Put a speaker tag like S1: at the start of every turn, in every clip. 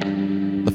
S1: The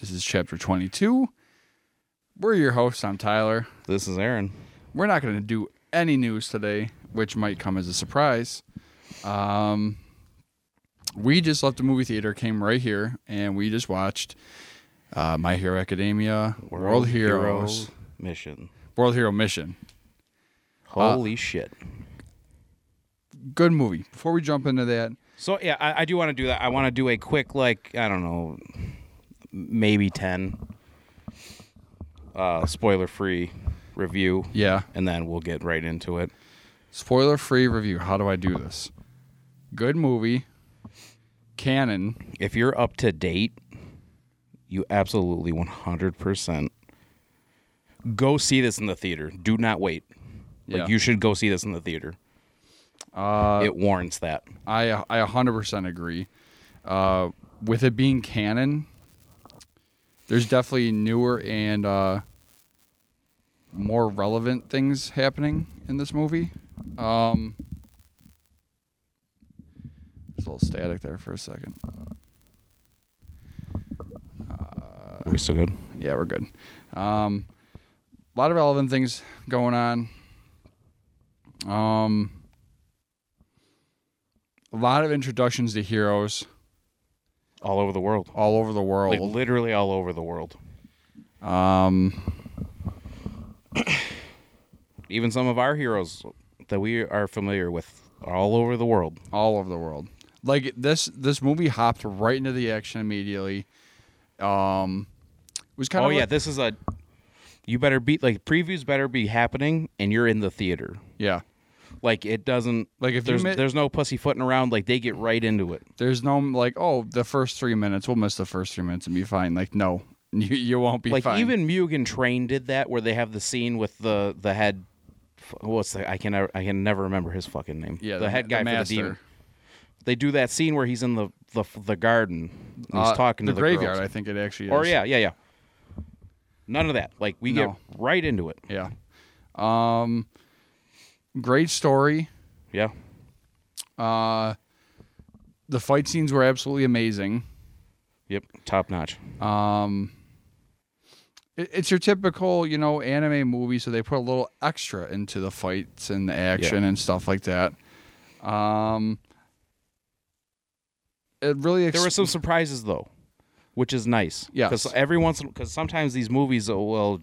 S2: This is chapter 22. We're your hosts. I'm Tyler.
S3: This is Aaron.
S2: We're not going to do any news today, which might come as a surprise. Um, we just left the movie theater, came right here, and we just watched uh, My Hero Academia, World, Heroes,
S3: Hero Mission.
S2: World Hero Mission.
S3: Holy shit.
S2: Good movie. Before we jump into that,
S3: So yeah, I, I do want to do that. I want to do a quick like I don't know, maybe ten, uh, spoiler free review,
S2: yeah,
S3: and then we'll get right into it.
S2: spoiler free review. How do I do this? Good movie, canon,
S3: If you're up to date, you absolutely one hundred percent go see this in the theater. Do not wait.
S2: Yeah.
S3: Like you should go see this in the theater. Uh, it warrants that.
S2: I I 100% agree. Uh, with it being canon, there's definitely newer and uh, more relevant things happening in this movie. Um, it's a little static there for a second.
S3: Are we still good?
S2: Yeah, we're good. Um, a lot of relevant things going on. Um, a lot of introductions to heroes
S3: All over the world.
S2: all over the world.
S3: Like literally all over the world.
S2: Um,
S3: even some of our heroes that we are familiar with are all over the world.
S2: all over the world. Like this, this movie hopped right into the action immediately. Um, it was kind
S3: oh
S2: of
S3: yeah,
S2: like-
S3: this is a you better be like previews better be happening and you're in the theater.
S2: yeah.
S3: Like it doesn't
S2: Like, if you
S3: there's
S2: mi-
S3: there's no pussyfooting around, like they get right into it.
S2: There's no like, oh, the first three minutes, we'll miss the first three minutes and be fine. Like, no, you, you won't be
S3: Like
S2: fine.
S3: even Mugen Train did that where they have the scene with the the head f- what's the I can never I can never remember his fucking name.
S2: yeah,
S3: the, head guy for the
S2: master.
S3: demon. They do that scene where he's in the the, the garden and he's
S2: Uh,
S3: talking
S2: the,
S3: to the girls. Oh,
S2: graveyard. I think it actually is.
S3: Or yeah, yeah, yeah. None of that. Like we
S2: No.
S3: get right into it.
S2: yeah. Um, great story.
S3: Yeah.
S2: Uh, the fight scenes were absolutely amazing.
S3: Yep. Top notch.
S2: Um, it, it's your typical, you know, anime movie, so they put a little extra into the fights and the action and stuff like that. Um, it really ex-
S3: There were some surprises though, which is nice.
S2: Yes.
S3: Because every once, because sometimes these movies, oh, well,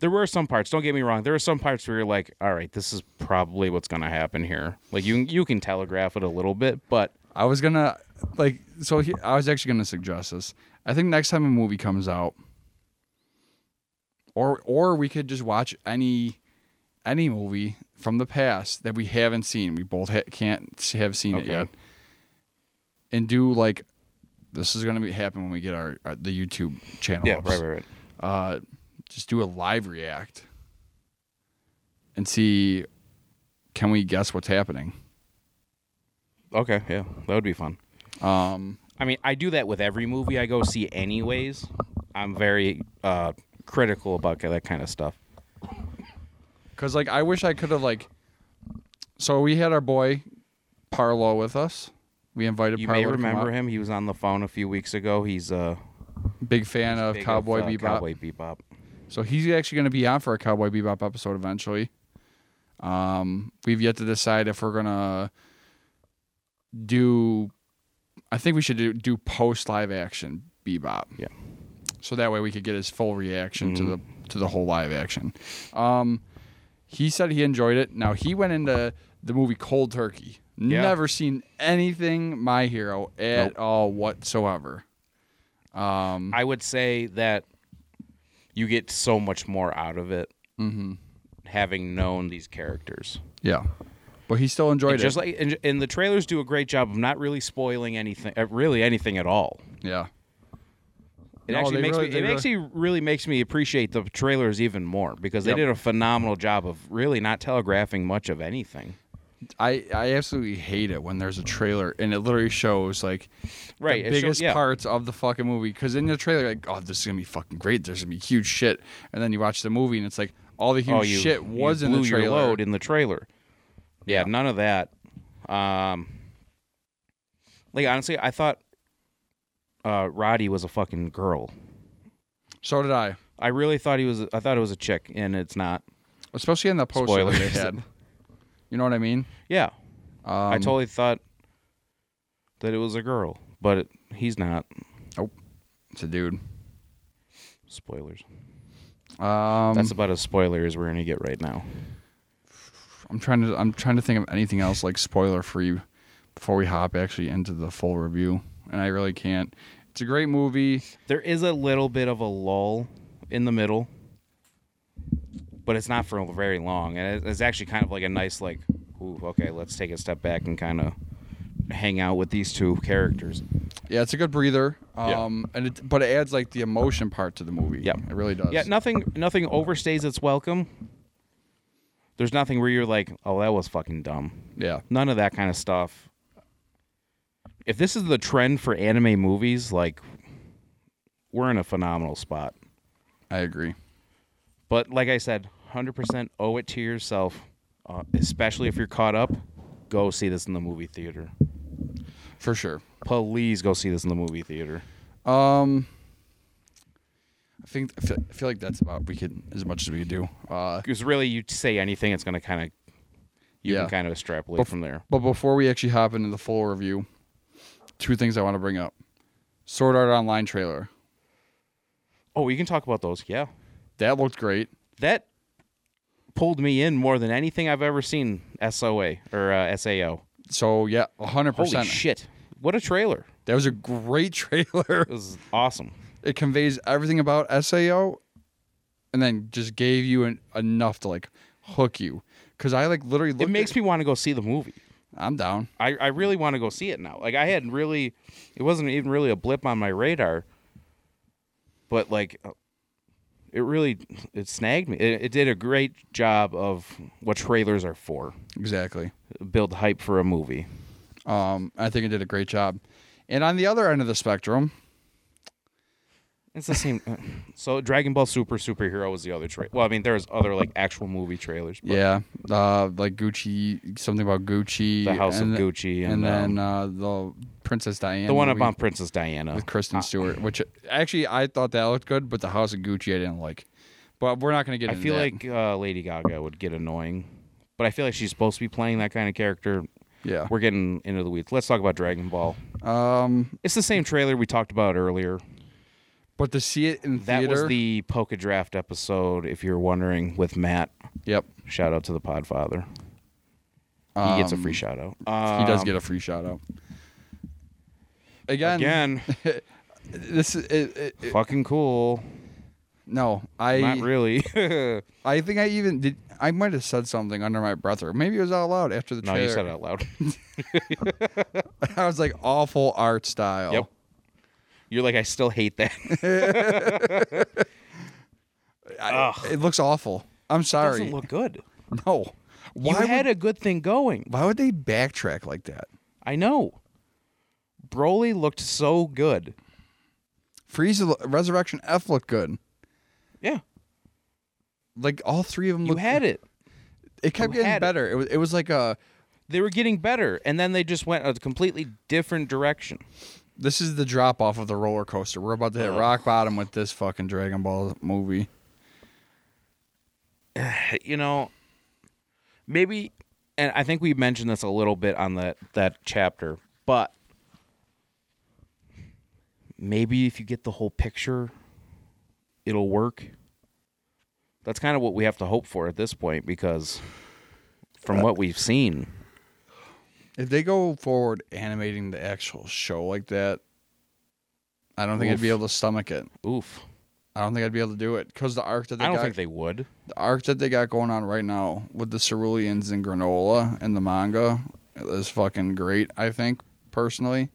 S3: there were some parts. Don't get me wrong. There were some parts where you're like, all right, this is probably what's gonna happen here. Like you, you can telegraph it a little bit, but
S2: I was gonna like so. He, I was actually gonna suggest this. I think next time a movie comes out, or or we could just watch any any movie from the past that we haven't seen. We both ha- can't s- have seen it
S3: Okay.
S2: yet, and do like this is gonna be happen when we get our, our the YouTube channel.
S3: yeah,
S2: ups.
S3: right, right, right.
S2: Uh, just do a live react and see can we guess what's happening.
S3: Okay, yeah, that would be fun.
S2: Um,
S3: I mean, I do that with every movie I go see, anyways. I'm very uh, critical about that kind of stuff.
S2: Cause like I wish I could have like. So we had our boy, Parlo, with us. We invited
S3: You
S2: Parlo.
S3: may
S2: to come
S3: remember
S2: out.
S3: him. He was on the phone a few weeks ago. He's a
S2: Big fan of Cowboy Bebop.
S3: uh, Cowboy Bebop.
S2: So he's actually going to be on for a Cowboy Bebop episode eventually. Um, we've yet to decide if we're gonna do. I think we should do, do post live action Bebop.
S3: Yeah.
S2: So that way we could get his full reaction to
S3: Mm-hmm.
S2: the to the whole live action. Um, he said he enjoyed it. Now he went into the movie cold turkey.
S3: Yeah.
S2: Never seen anything My Hero at all whatsoever. Um,
S3: I would say that you get
S2: Mm-hmm.
S3: so much more out of it having known these characters.
S2: yeah. but he still enjoyed Oh, it.
S3: Just like and, and the trailers do a great job of not really spoiling anything, uh, really anything at all.
S2: yeah.
S3: It
S2: No,
S3: actually
S2: they
S3: makes
S2: really-
S3: me.
S2: they
S3: It
S2: really-
S3: actually really makes me appreciate the trailers even more because they
S2: Yep.
S3: did a phenomenal job of really not telegraphing much of anything.
S2: I, I absolutely hate it when there's a trailer and it literally shows like
S3: Right,
S2: the
S3: it show-
S2: biggest
S3: yeah.
S2: parts of the fucking movie because in the trailer like oh this is gonna be fucking great there's gonna be huge shit and then you watch the movie and it's like all the huge
S3: oh, you
S2: shit was
S3: you
S2: in the
S3: blew
S2: trailer
S3: your load in the trailer. Yeah,
S2: Yeah.
S3: none of that. Um, like honestly, I thought uh, Roddy was a fucking girl.
S2: so did I
S3: I really thought he was. I thought it was a chick, and it's not.
S2: especially in the poster that they
S3: Spoilers.
S2: had you know what I mean
S3: Yeah,
S2: um,
S3: I totally thought that it was a girl, but it, he's not.
S2: it's a dude
S3: Spoilers.
S2: um
S3: That's about as spoiler as we're gonna get right now.
S2: I'm trying to I'm trying to think of anything else like spoiler free before we hop actually into the full review and I really can't it's a great movie
S3: There is a little bit of a lull in the middle, but it's not for very long, and it- it's actually kind of like a nice like, ooh, okay, let's take a step back and kind of hang out with these two characters.
S2: Yeah, it's a good breather.
S3: Yeah.
S2: Um, and it, but it adds like the emotion part to the movie.
S3: Yeah.
S2: it really does.
S3: Yeah, nothing nothing overstays its welcome. There's nothing where you're like, oh, that was fucking dumb.
S2: yeah,
S3: None of that kind of stuff. If this is the trend for anime movies, like we're in a phenomenal spot.
S2: I agree.
S3: But like I said, 100% owe it to yourself, uh, especially if you're caught up. Go see this in the movie theater.
S2: For sure.
S3: Please go see this in the movie theater.
S2: Um, I think I feel, I feel like that's about we could as much as we could do. Uh,
S3: Because really, you say anything, it's going to kind of, you
S2: Yeah.
S3: can kind of extrapolate from there.
S2: but before we actually hop into the full review, two things I want to bring up: Sword Art Online trailer
S3: Oh, we can talk about those. Yeah.
S2: that looked great.
S3: That pulled me in more than anything I've ever seen SOA or uh, SAO.
S2: So yeah, hundred
S3: Holy
S2: percent.
S3: shit. What a trailer.
S2: That was a great trailer.
S3: It was awesome.
S2: it conveys everything about SAO and then just gave you an, enough to like hook you. Cause I like literally looked
S3: It makes
S2: at-
S3: me want to go see the movie.
S2: I'm down.
S3: I, I really want to go see it now. Like I hadn't really, it wasn't even really a blip on my radar, but like, it really it snagged me. It, it did a great job of what trailers are for,
S2: Exactly.
S3: build hype for a movie.
S2: Um, I think it did a great job. And on the other end of the spectrum,
S3: It's the same. uh, so Dragon Ball Super Superhero was the other trailer. Well, I mean, there's other like actual movie trailers. But
S2: yeah, uh, like Gucci, something about Gucci,
S3: The House
S2: and
S3: of
S2: the-
S3: Gucci,
S2: and,
S3: and,
S2: then
S3: um,
S2: uh, the Princess Diana,
S3: the one
S2: movie
S3: about Ah. Princess Diana.
S2: with Kristen Stewart, which actually I thought that looked good, but the House of Gucci I didn't like. But we're not gonna get.
S3: I
S2: into
S3: feel
S2: that.
S3: like uh, Lady Gaga would get annoying, but I feel like she's supposed to be playing that kind of character.
S2: yeah.
S3: We're getting into the weeds. Let's talk about Dragon Ball.
S2: Um,
S3: It's the same trailer we talked about earlier.
S2: but to see it in
S3: That
S2: theater,
S3: was the Polka Draft episode, if you're wondering, with Matt.
S2: yep.
S3: Shout out to the Podfather. He gets a free shout Um,
S2: um,
S3: out.
S2: He does get a free shout out. Again,
S3: Um, Again,
S2: this is it, it, it-
S3: fucking cool.
S2: no. I
S3: Not really. no,
S2: I think I even did. I might have said something under my breath, or maybe it was out loud after the trailer.
S3: you said it out loud.
S2: I was like awful art style.
S3: yep. You're like, I still hate that.
S2: I- it looks awful. I'm sorry.
S3: doesn't look good.
S2: no. Why
S3: you had
S2: would,
S3: a good thing going.
S2: Why would they backtrack like that?
S3: I know. Broly looked so good.
S2: Frieza lo- Resurrection F looked good.
S3: Yeah.
S2: Like all three of them.
S3: You
S2: looked,
S3: had it.
S2: It kept
S3: you
S2: getting
S3: had it.
S2: better. It. was. It was like a.
S3: They were getting better, and then they just went a completely different direction.
S2: This is the drop off of the roller coaster. We're about to hit rock bottom with this fucking Dragon Ball movie.
S3: you know, maybe, and I think we mentioned this a little bit on that that chapter, but maybe if you get the whole picture, it'll work. That's kind of what we have to hope for at this point, because from what we've seen,
S2: If they go forward animating the actual show like that, I don't think I'd be
S3: Oof.
S2: able to stomach it.
S3: oof,
S2: I don't think I'd be able to do it because the arc that they
S3: I don't
S2: got,
S3: think they would.
S2: the arc that they got going on right now with the ceruleans and granola and the manga is fucking great. I think personally,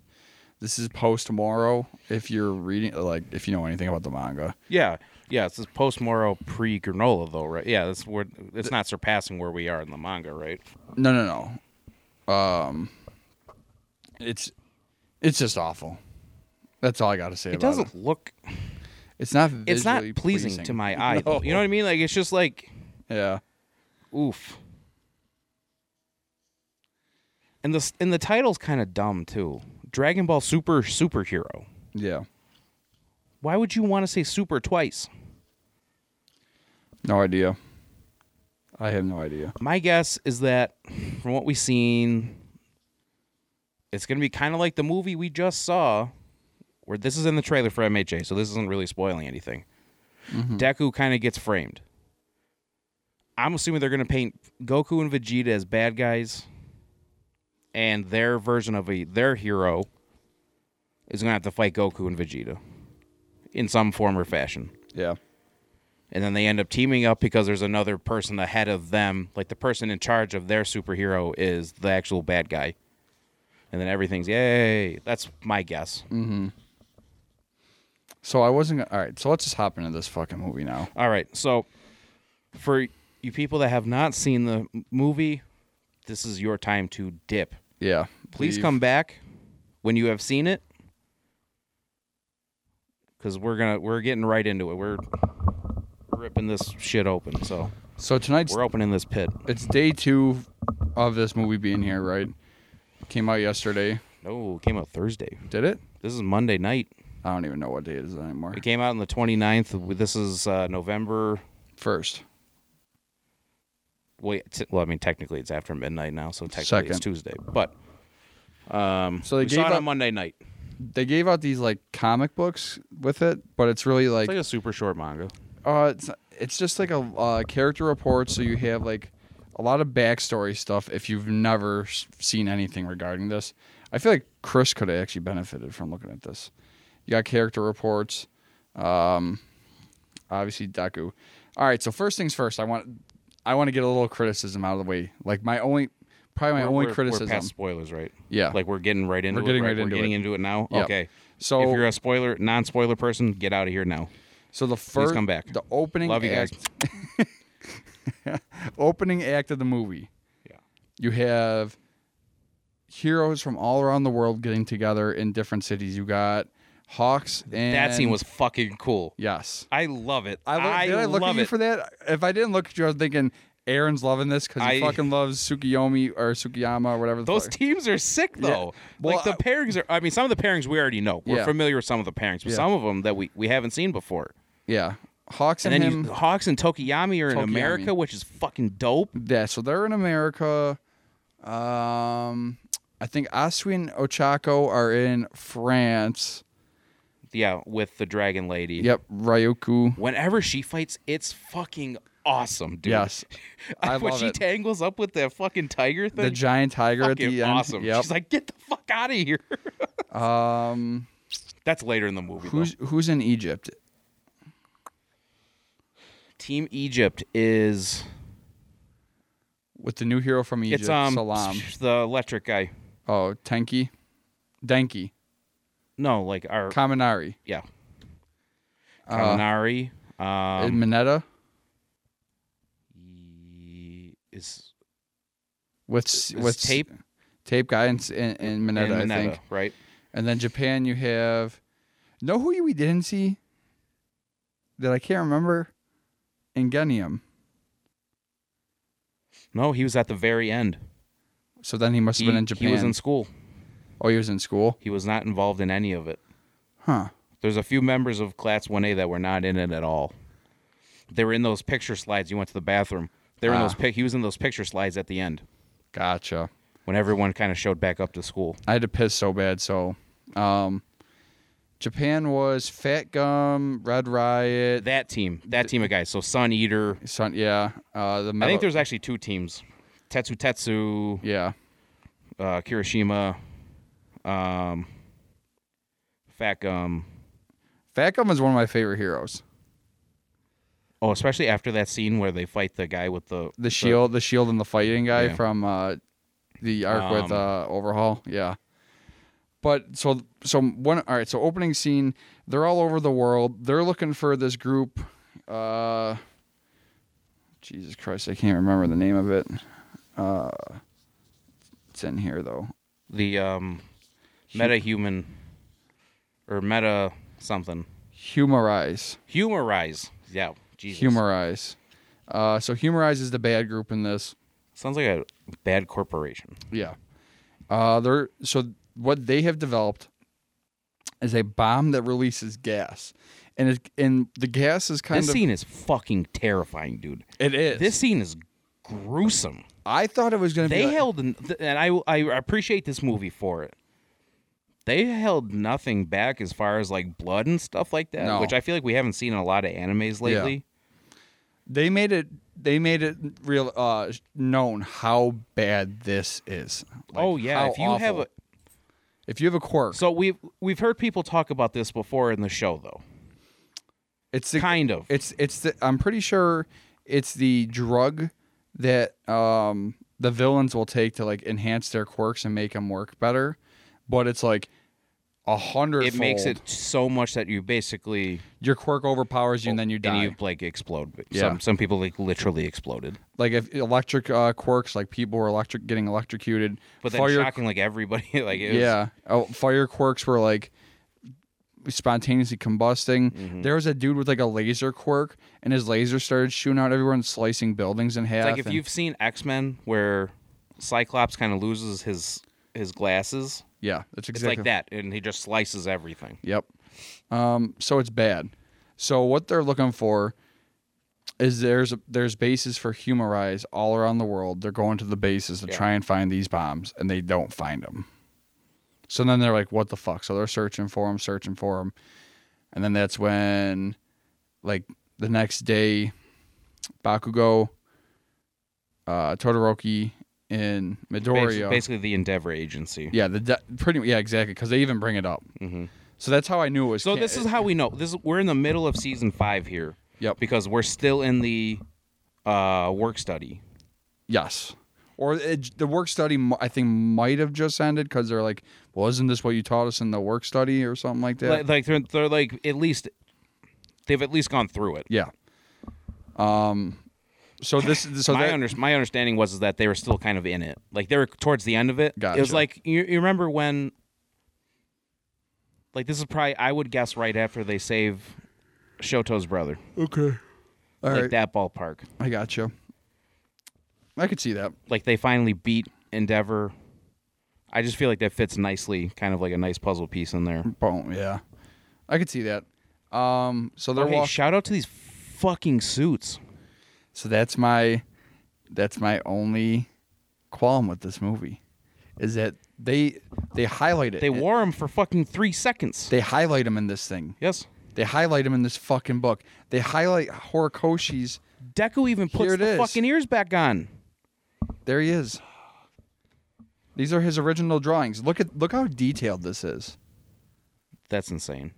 S2: this is post tomorrow. If you're reading, like, if you know anything about the manga,
S3: Yeah, yeah. It's this post Moro pre granola though, right? Yeah, that's where it's not surpassing where we are in the manga, right?
S2: no, no, no. Um, it's it's just awful. That's all I got to say
S3: It
S2: about
S3: doesn't
S2: it.
S3: look.
S2: It's not.
S3: It's not
S2: visually
S3: pleasing, to my eye.
S2: No.
S3: though. You know what I mean? Like it's just like
S2: Yeah.
S3: oof. And the and the title's kind of dumb too. Dragon Ball Super Superhero.
S2: Yeah.
S3: Why would you want to say super twice?
S2: No idea. I have no idea.
S3: My guess is that from what we've seen, it's going to be kind of like the movie we just saw, where this is in the trailer for MHA, so this isn't really spoiling anything. Deku kind of gets framed. I'm assuming they're going to paint Goku and Vegeta as bad guys, and their version of a their hero is going to have to fight Goku and Vegeta in some form or fashion
S2: Yeah.
S3: and then they end up teaming up because there's another person ahead of them like the person in charge of their superhero is the actual bad guy and then everything's yay that's my guess
S2: Mm-hmm. So I wasn't. Gonna, all right. So let's just hop into this fucking movie now.
S3: All right so for you people that have not seen the m- movie this is your time to dip
S2: Yeah.
S3: please
S2: leave.
S3: come back when you have seen it because we're gonna we're getting right into it we're ripping this shit open so
S2: So tonight's
S3: we're opening this pit
S2: it's day two of this movie being here, right? Came out yesterday.
S3: no Oh, it came out thursday
S2: Did it?
S3: This is Monday night.
S2: I don't even know what day it is anymore.
S3: It came out on the 29th. This is uh, November.
S2: First.
S3: Wait, t- well, I mean, technically it's after midnight now, so technically it's
S2: Second.
S3: Tuesday. But um,
S2: So they
S3: we saw
S2: gave
S3: it
S2: up-
S3: on Monday night.
S2: They gave out these like comic books with it, but it's really
S3: It's
S2: like
S3: like a super short manga.
S2: Uh, it's it's just like a uh, character report, so you have like a lot of backstory stuff. If you've never s- seen anything regarding this, I feel like Chris could have actually benefited from looking at this. You got character reports, um, obviously Deku. All right, so first things first, I want I want to get a little criticism out of the way. Like my only, probably my
S3: We're-
S2: only
S3: we're,
S2: criticism.
S3: We're past spoilers, right?
S2: Yeah.
S3: Like we're getting right into
S2: We're getting
S3: it.
S2: right into
S3: we're getting
S2: it.
S3: into it now.
S2: Yep.
S3: Okay.
S2: So-
S3: if you're a spoiler, non-spoiler person, get out of here now.
S2: So the first,
S3: come back.
S2: The opening
S3: Love you guys.
S2: act, opening act of the movie.
S3: Yeah.
S2: You have heroes from all around the world getting together in different cities. You got Hawks and
S3: that scene was fucking cool.
S2: yes.
S3: I love it.
S2: I, lo- did I look
S3: love
S2: at you
S3: it.
S2: for that? If I didn't look at you, I was thinking Aaron's loving this because he
S3: I-
S2: fucking loves Sukiyomi or Sukiyama or whatever. The
S3: Those
S2: fuck.
S3: teams are sick though.
S2: Well,
S3: like the pairings are. I mean, some of the pairings we already know. We're
S2: Yeah.
S3: familiar with some of the pairings, but
S2: Yeah.
S3: some of them that we, we haven't seen before.
S2: yeah, Hawks
S3: And
S2: and,
S3: then
S2: him.
S3: you, Hawks and Tokiyami are in
S2: Tokiyami.
S3: America, which is fucking dope.
S2: Yeah, so they're in America. Um, I think Asui and Ochako are in France.
S3: Yeah, with the Dragon Lady.
S2: Yep, Ryuku.
S3: Whenever she fights, it's fucking awesome, dude.
S2: Yes, I
S3: when
S2: love
S3: she
S2: it.
S3: tangles up with that fucking tiger thing,
S2: the giant tiger at
S3: fucking
S2: the end.
S3: awesome.
S2: Yep.
S3: She's like, get the fuck out of here.
S2: um,
S3: That's later in the movie. though.
S2: who's who's in Egypt?
S3: Team Egypt is
S2: With the new hero from Egypt,
S3: it's um
S2: Salam.
S3: the electric guy.
S2: Oh, Tenki, Denki,
S3: No, like our
S2: Kaminari,
S3: yeah.
S2: Uh,
S3: Kaminari.
S2: and
S3: um,
S2: Mineta
S3: he is
S2: with s-
S3: it's
S2: with s-
S3: Tape
S2: tape guy, and s- and, and
S3: and
S2: Mineta, I
S3: Mineta,
S2: think.
S3: right?
S2: And then Japan, you have know who you- we didn't see that I can't remember. Ingenium.
S3: No, he was at the very end.
S2: So then he must have
S3: He,
S2: been in Japan.
S3: he was in school.
S2: oh, he was in school,
S3: He was not involved in any of it.
S2: huh?
S3: There's a few members of Class 1A that were not in it at all. They were in those picture slides. You went to the bathroom. They were in
S2: Ah.
S3: those. Pic- he was in those picture slides at the end
S2: Gotcha.
S3: when everyone kind of showed back up to school.
S2: I had to piss so bad. So, um, Japan was Fat Gum, Red Riot,
S3: That team, that team of guys. So Sun Eater.
S2: Sun. Yeah, uh, the
S3: I
S2: metal,
S3: think there's actually two teams: Tetsu Tetsu,
S2: yeah,
S3: uh, Kirishima, um, Fat Gum.
S2: Fat Gum is one of my favorite heroes.
S3: Oh, especially after that scene where they fight the guy with the
S2: The shield, the shield, and the fighting guy
S3: Yeah.
S2: from uh, the arc with
S3: Um,
S2: uh, overhaul. Yeah. But so so one all right. So opening scene, they're all over the world. They're looking for this group. Uh, Jesus Christ, I can't remember the name of it. Uh, it's in here though.
S3: the um, meta human or meta something
S2: Humorize.
S3: humorize. Yeah, Jesus.
S2: Humorize. Uh, so Humorize is the bad group in this.
S3: sounds like a bad corporation.
S2: Yeah. Uh, they're so what they have developed is a bomb that releases gas, and it and the gas is kind
S3: this
S2: of
S3: scene is fucking terrifying, dude.
S2: it is.
S3: This scene is gruesome.
S2: I thought it was going to be.
S3: They
S2: like-
S3: held, n- th- and I I appreciate this movie for it. They held nothing back as far as like blood and stuff like that,
S2: No.
S3: which I feel like we haven't seen in a lot of animes lately.
S2: they made it. They made it real uh, known how bad this is. Like,
S3: oh yeah,
S2: how
S3: if you have
S2: awful.
S3: a
S2: if you have a quirk,
S3: so we've we've heard people talk about this before in the show though.
S2: it's the,
S3: kind of.
S2: It's it's the I'm pretty sure it's the drug that um the villains will take to like enhance their quirks and make them work better, but it's like a hundred.
S3: it makes it so much that you basically
S2: your quirk overpowers
S3: Oh,
S2: you and then you die.
S3: and you like explode.
S2: Yeah.
S3: Some some people like literally exploded.
S2: like if electric uh, quirks, like people were electric getting electrocuted.
S3: But then
S2: fire,
S3: shocking like everybody like it was,
S2: yeah, oh, fire quirks were like spontaneously combusting.
S3: Mm-hmm.
S2: There was a dude with like a laser quirk, and his laser started shooting out everywhere and slicing buildings in half.
S3: It's like if
S2: and-
S3: you've seen X Men where Cyclops kind of loses his his glasses.
S2: yeah, that's
S3: It's
S2: exactly
S3: like that, and he just slices everything.
S2: Yep. Um, so it's bad. So what they're looking for is there's there's bases for humorize all around the world. They're going to the bases to
S3: Yeah.
S2: try and find these bombs, and they don't find them. So then they're like, "What the fuck?" So they're searching for them, searching for them, and then that's when, like the next day, Bakugo, uh, Todoroki, and
S3: Basi-
S2: Midoriya.
S3: Basically, the Endeavor Agency.
S2: yeah, the de- pretty yeah exactly because they even bring it up.
S3: hmm
S2: So that's how I knew it was.
S3: So
S2: ca- eh,
S3: this is how we know this. Is, we're in the middle of season five here
S2: yep.
S3: because we're still in the uh, work study.
S2: Yes. Or it, the work study, m- I think, might have just ended because they're like, well, isn't this what you taught us in the work study or something like that?
S3: Like, like they're, they're like at least they've at least gone through it.
S2: yeah. Um. So this, so
S3: my
S2: that,
S3: under, my understanding was is that they were still kind of in it. Like they were towards the end of it. It was
S2: Gotcha.
S3: like you, you remember when like this is probably I would guess right after they save Shoto's brother.
S2: okay. All
S3: like
S2: right,
S3: that ballpark.
S2: I got you. I could see that.
S3: Like they finally beat Endeavor. I just feel like that fits nicely, kind of like a nice puzzle piece in there.
S2: Boom. Yeah, I could see that. Um. So they're
S3: Okay,
S2: walk-
S3: shout out to these fucking suits.
S2: So that's my, that's my only qualm with this movie, is that they they highlight it.
S3: They wore them for fucking three seconds.
S2: they highlight them in this thing.
S3: yes.
S2: They highlight him in this fucking book. They highlight Horikoshi's.
S3: Deku even
S2: Here
S3: puts
S2: it
S3: the
S2: is.
S3: fucking ears back on.
S2: There he is. These are his original drawings. Look at look how detailed this is.
S3: That's insane.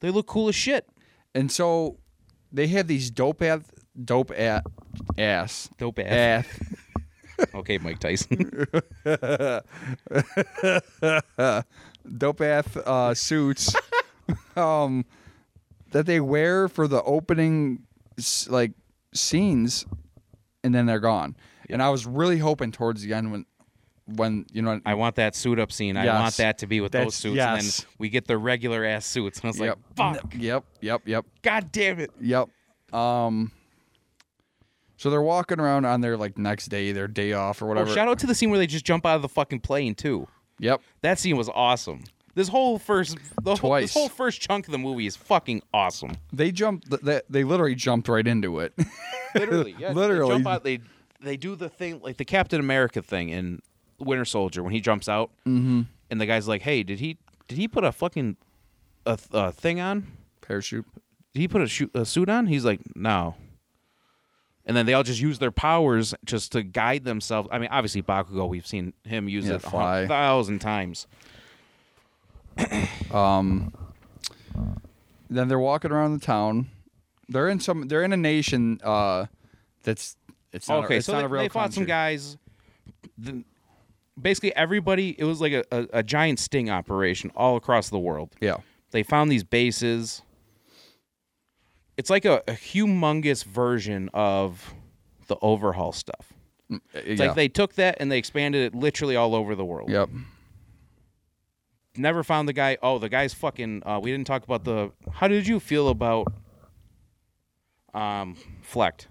S3: They look cool as shit.
S2: And so they have these dope ass dope at ass.
S3: Dope
S2: Ass.
S3: ass.
S2: Eh.
S3: okay, Mike Tyson.
S2: dope ass uh, suits um, that they wear for the opening s- like scenes, and then they're gone. And I was really hoping towards the end when when you know
S3: I want that suit up scene. I want
S2: Yes.
S3: that to be with
S2: That's-
S3: those suits. And
S2: yes.
S3: then we get the regular ass suits. And I was
S2: yep.
S3: like, fuck.
S2: Yep, yep, yep,
S3: God damn it.
S2: yep. Um so they're walking around on their like next day, their day off or
S3: Oh,
S2: whatever.
S3: shout out to the scene where they just jump out of the fucking plane, too.
S2: Yep.
S3: That scene was awesome. This whole first, the whole,
S2: Twice.
S3: this whole first chunk of the movie is fucking awesome.
S2: They jumped th- they, they literally jumped right into it.
S3: Literally, yeah.
S2: Literally.
S3: They jump out. They they do the thing like the Captain America thing in Winter Soldier when he jumps out, mm-hmm. and the guy's like, "Hey, did he did he put a fucking a, th- a thing on?
S2: Parachute.
S3: Did he put a, shoot, a suit on?" He's like, "No." And then they all just use their powers just to guide themselves. I mean, obviously Bakugo, we've seen him use
S2: Yeah,
S3: it a
S2: fly.
S3: hun- thousand times.
S2: Then they're walking around the town They're in some. They're in a nation uh, that's. It's not
S3: okay,
S2: A, it's
S3: so
S2: not
S3: they,
S2: a real
S3: they fought some
S2: country.
S3: guys. The, basically, everybody. It was like a, a, a giant sting operation all across the world.
S2: Yeah.
S3: They found these bases. It's like a, a humongous version of the overhaul stuff. It's
S2: Uh, yeah.
S3: like they took that and they expanded it literally all over the world.
S2: Yep.
S3: Never found the guy. Oh, the guy's fucking. Uh, we didn't talk about the. How did you feel about um Flecked?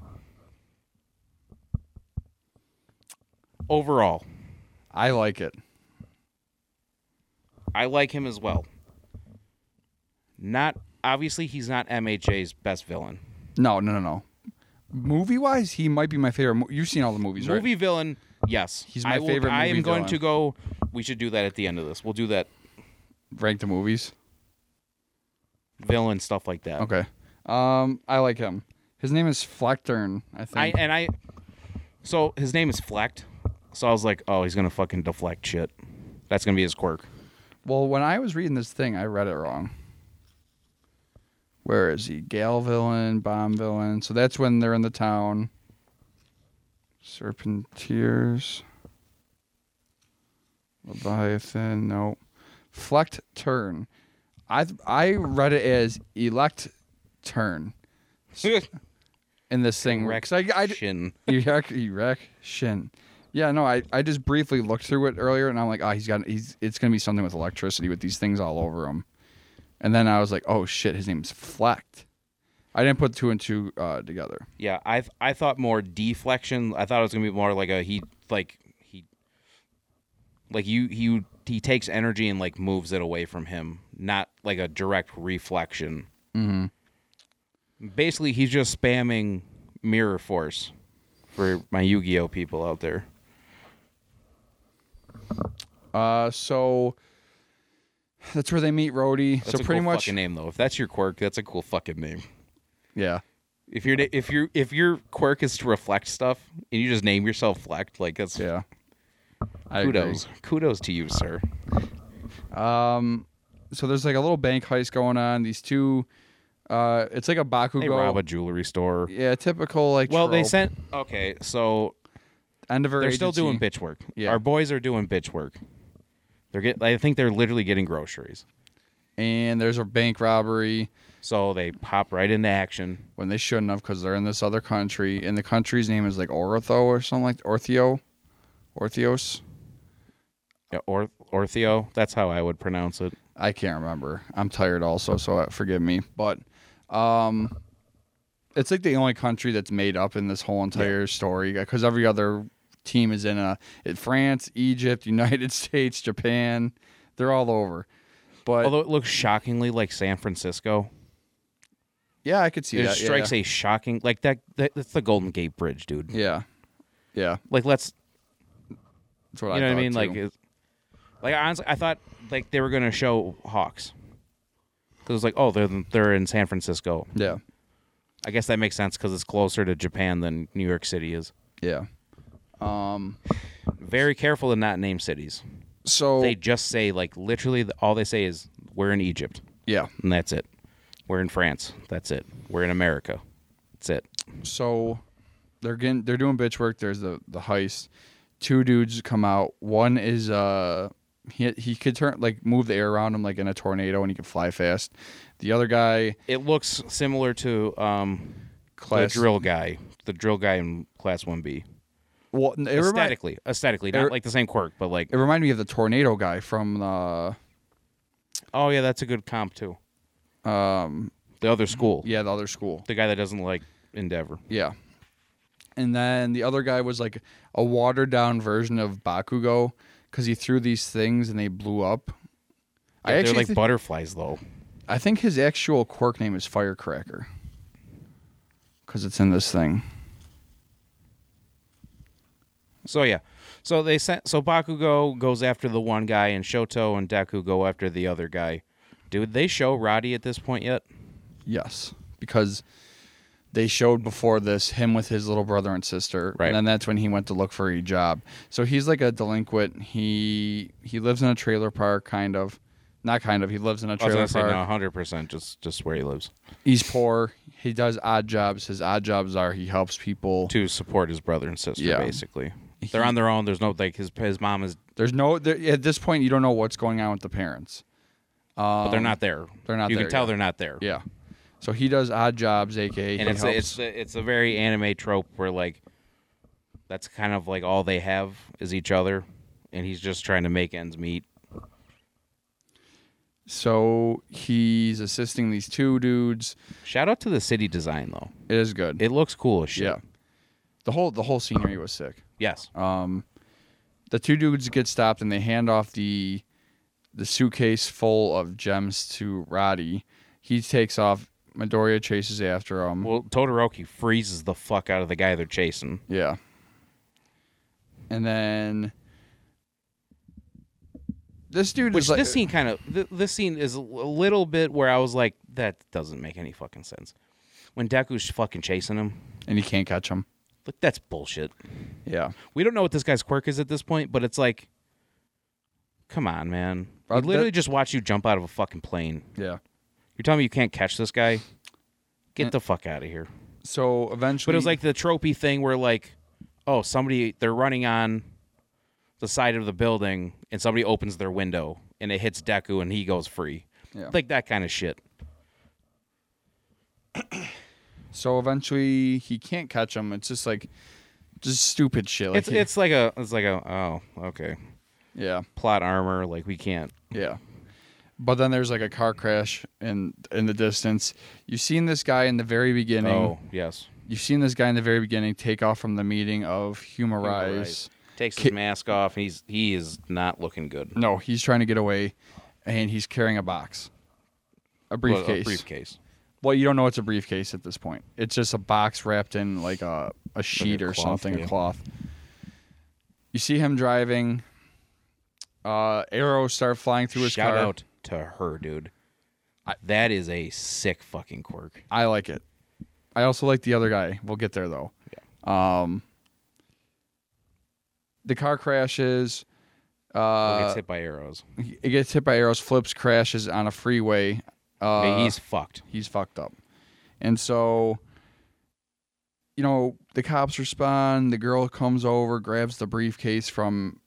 S3: Overall,
S2: I like it.
S3: I like him as well. Not obviously, he's not MHA's best villain.
S2: No, no, no, no. Movie wise, he might be my favorite. Mo- You've seen all the movies, right?
S3: Movie villain, yes.
S2: He's my
S3: I will-
S2: favorite
S3: I am
S2: movie
S3: going
S2: villain.
S3: to go. We should do that at the end of this. We'll do that
S2: Rank the movies.
S3: villain stuff like that.
S2: Okay. Um, I like him. His name is Flecktern, I
S3: I
S2: think.
S3: and I. So his name is Flecked. So I was like, oh, he's gonna fucking deflect shit. That's gonna be his quirk.
S2: well, when I was reading this thing, I read it wrong. Where is he? Gale villain, bomb villain. So that's when they're in the town. Serpentiers. Leviathan. No. Flect turn. I I read it as elect turn in this thing. 'Cause I, I,
S3: Correction.
S2: Erect, erect, shin. Yeah, no, I, I just briefly looked through it earlier, and I'm like, oh, he's got, he's, it's gonna be something with electricity with these things all over him. And then I was like, oh shit, his name's Flecked. I didn't put two and two uh, together.
S3: Yeah, I I thought more deflection. I thought it was gonna be more like a he like he like you he he takes energy and like moves it away from him, not like a direct reflection. Mm-hmm. Basically, he's just spamming mirror force for my Yu-Gi-Oh people out there.
S2: Uh, so that's where they meet Rhodey.
S3: That's
S2: so
S3: a
S2: pretty
S3: cool
S2: much,
S3: fucking name though. If that's your quirk, that's a cool fucking name.
S2: yeah,
S3: If your if your if your quirk is to reflect stuff and you just name yourself Flecked, like that's
S2: yeah. I agree.
S3: kudos kudos to you, sir.
S2: So there's like a little bank heist going on. These two, uh, it's like a Bakugo.
S3: They rob a jewelry store.
S2: yeah, typical like.
S3: Well, they
S2: trope.
S3: sent. Okay, so
S2: end of her
S3: they're still
S2: agency.
S3: doing bitch work.
S2: Yeah.
S3: Our boys are doing bitch work. They're get. I think they're literally getting groceries.
S2: and there's a bank robbery.
S3: So they pop right into action.
S2: when they shouldn't have because they're in this other country and the country's name is like Ortho or something like Orthio, Orthios.
S3: Yeah, Or Ortheo. That's how I would pronounce it.
S2: I can't remember. I'm tired also, so uh, forgive me. But um, it's like the only country that's made up in this whole entire story because every other team is in a in France, Egypt, United States, Japan. They're all over. But
S3: Although it looks shockingly like San Francisco.
S2: yeah, I could see
S3: It
S2: that. yeah,
S3: strikes
S2: yeah.
S3: a shocking like that, that. That's the Golden Gate Bridge, dude.
S2: Yeah, yeah.
S3: Like let's
S2: That's what
S3: you
S2: I
S3: know what I
S2: thought,
S3: mean. Like
S2: too.
S3: it, like honestly, I thought like they were gonna show hawks. 'Cause It was like, oh, they're they're in San Francisco.
S2: yeah.
S3: I guess that makes sense because it's closer to Japan than New York City is.
S2: Yeah. Um.
S3: Very careful to not name cities.
S2: So
S3: They just say like literally th- all they say is we're in Egypt
S2: yeah.
S3: and that's it. We're in France. That's it. We're in America. That's it.
S2: so they're getting they're doing bitch work. There's the the heist. Two dudes come out. One is uh he he could turn like move the air around him like in a tornado and he could fly fast. The other guy
S3: It looks similar to um
S2: Class-
S3: the drill guy, the drill guy in Class One B.
S2: well it, remi-
S3: Aesthetically, aesthetically, not
S2: Er-
S3: like the same quirk, but like
S2: it reminded me of the tornado guy from uh, the
S3: oh yeah, that's a good comp too.
S2: um
S3: The other school,
S2: yeah the other school
S3: the guy that doesn't like Endeavor.
S2: yeah. And then the other guy was like a watered down version of Bakugo because he threw these things and they blew up. I
S3: They're
S2: actually
S3: like
S2: thi-
S3: butterflies though.
S2: I think his actual quirk name is Firecracker. Because it's in this thing.
S3: So yeah, so they sent so Bakugo goes after the one guy, and Shoto and Deku go after the other guy. Dude, they show Roddy at this point yet?
S2: Yes. Because they showed before this him with his little brother and sister.
S3: Right.
S2: And then that's when he went to look for a job. So he's like a delinquent. He he lives in a trailer park, kind of. Not kind of. He lives in a
S3: I was
S2: trailer
S3: gonna say
S2: park.
S3: no, hundred percent, just just where he lives.
S2: He's poor. He does odd jobs. His odd jobs are he helps people.
S3: to support his brother and sister.
S2: Yeah.
S3: Basically, they're on their own. There's no like his his mom is,
S2: There's no there, at this point you don't know what's going on with the parents.
S3: but they're not there.
S2: Oh. they're not
S3: You
S2: there,
S3: can tell
S2: yeah.
S3: they're not there.
S2: Yeah. So he does odd jobs, aka he
S3: and it's a,
S2: helps.
S3: it's a, it's a very anime trope where like that's kind of like all they have is each other, and he's just trying to make ends meet.
S2: so he's assisting these two dudes.
S3: Shout out to the city design though;
S2: It is good.
S3: it looks cool as shit.
S2: yeah. The whole the whole scenery was sick. Um,
S3: Yes.
S2: the two dudes get stopped and they hand off the the suitcase full of gems to Roddy. He takes off. Midoriya chases after him.
S3: well, Todoroki freezes the fuck out of the guy they're chasing.
S2: yeah. And then this dude
S3: Which
S2: is like
S3: this scene kind of th- this scene is a little bit where I was like, that doesn't make any fucking sense. When Deku's fucking chasing him,
S2: and he can't catch him.
S3: like that's bullshit.
S2: Yeah.
S3: We don't know what this guy's quirk is at this point, but it's like, come on, man.
S2: Uh,
S3: I
S2: that-
S3: literally just watched you jump out of a fucking plane.
S2: Yeah.
S3: You're telling me you can't catch this guy?
S2: Uh,
S3: Get the fuck out of here.
S2: So eventually
S3: But it was like the tropey thing where like, oh, somebody they're running on the side of the building and somebody opens their window and it hits Deku and he goes free.
S2: Yeah.
S3: Like that kind of shit.
S2: so eventually he can't catch him. It's just like just stupid shit. Like
S3: it's
S2: he-
S3: it's like a it's like a oh, okay.
S2: yeah.
S3: Plot armor, like we can't
S2: Yeah. But then there's like a car crash in in the distance. You've seen this guy in the very beginning.
S3: Oh, yes.
S2: You've seen this guy in the very beginning take off from the meeting of Humorize.
S3: Humorize. Takes his mask off and he's he is not looking good.
S2: No, he's trying to get away and he's carrying a box. A
S3: Well,
S2: briefcase. Well,
S3: A briefcase.
S2: you don't know it's a briefcase at this point. It's just a box wrapped in like a, a sheet or
S3: cloth,
S2: something,
S3: yeah.
S2: a cloth. You see him driving. Uh, arrows start flying through his
S3: Shout
S2: car.
S3: out to her, dude. that is a sick fucking quirk.
S2: I like it. I also like the other guy. We'll get there though. Um, the car crashes.
S3: Who
S2: Uh,
S3: gets hit by arrows.
S2: it gets hit by arrows, flips, crashes on a freeway. Uh,
S3: Man, he's fucked.
S2: he's fucked up, and so you know the cops respond. The girl comes over, grabs the briefcase from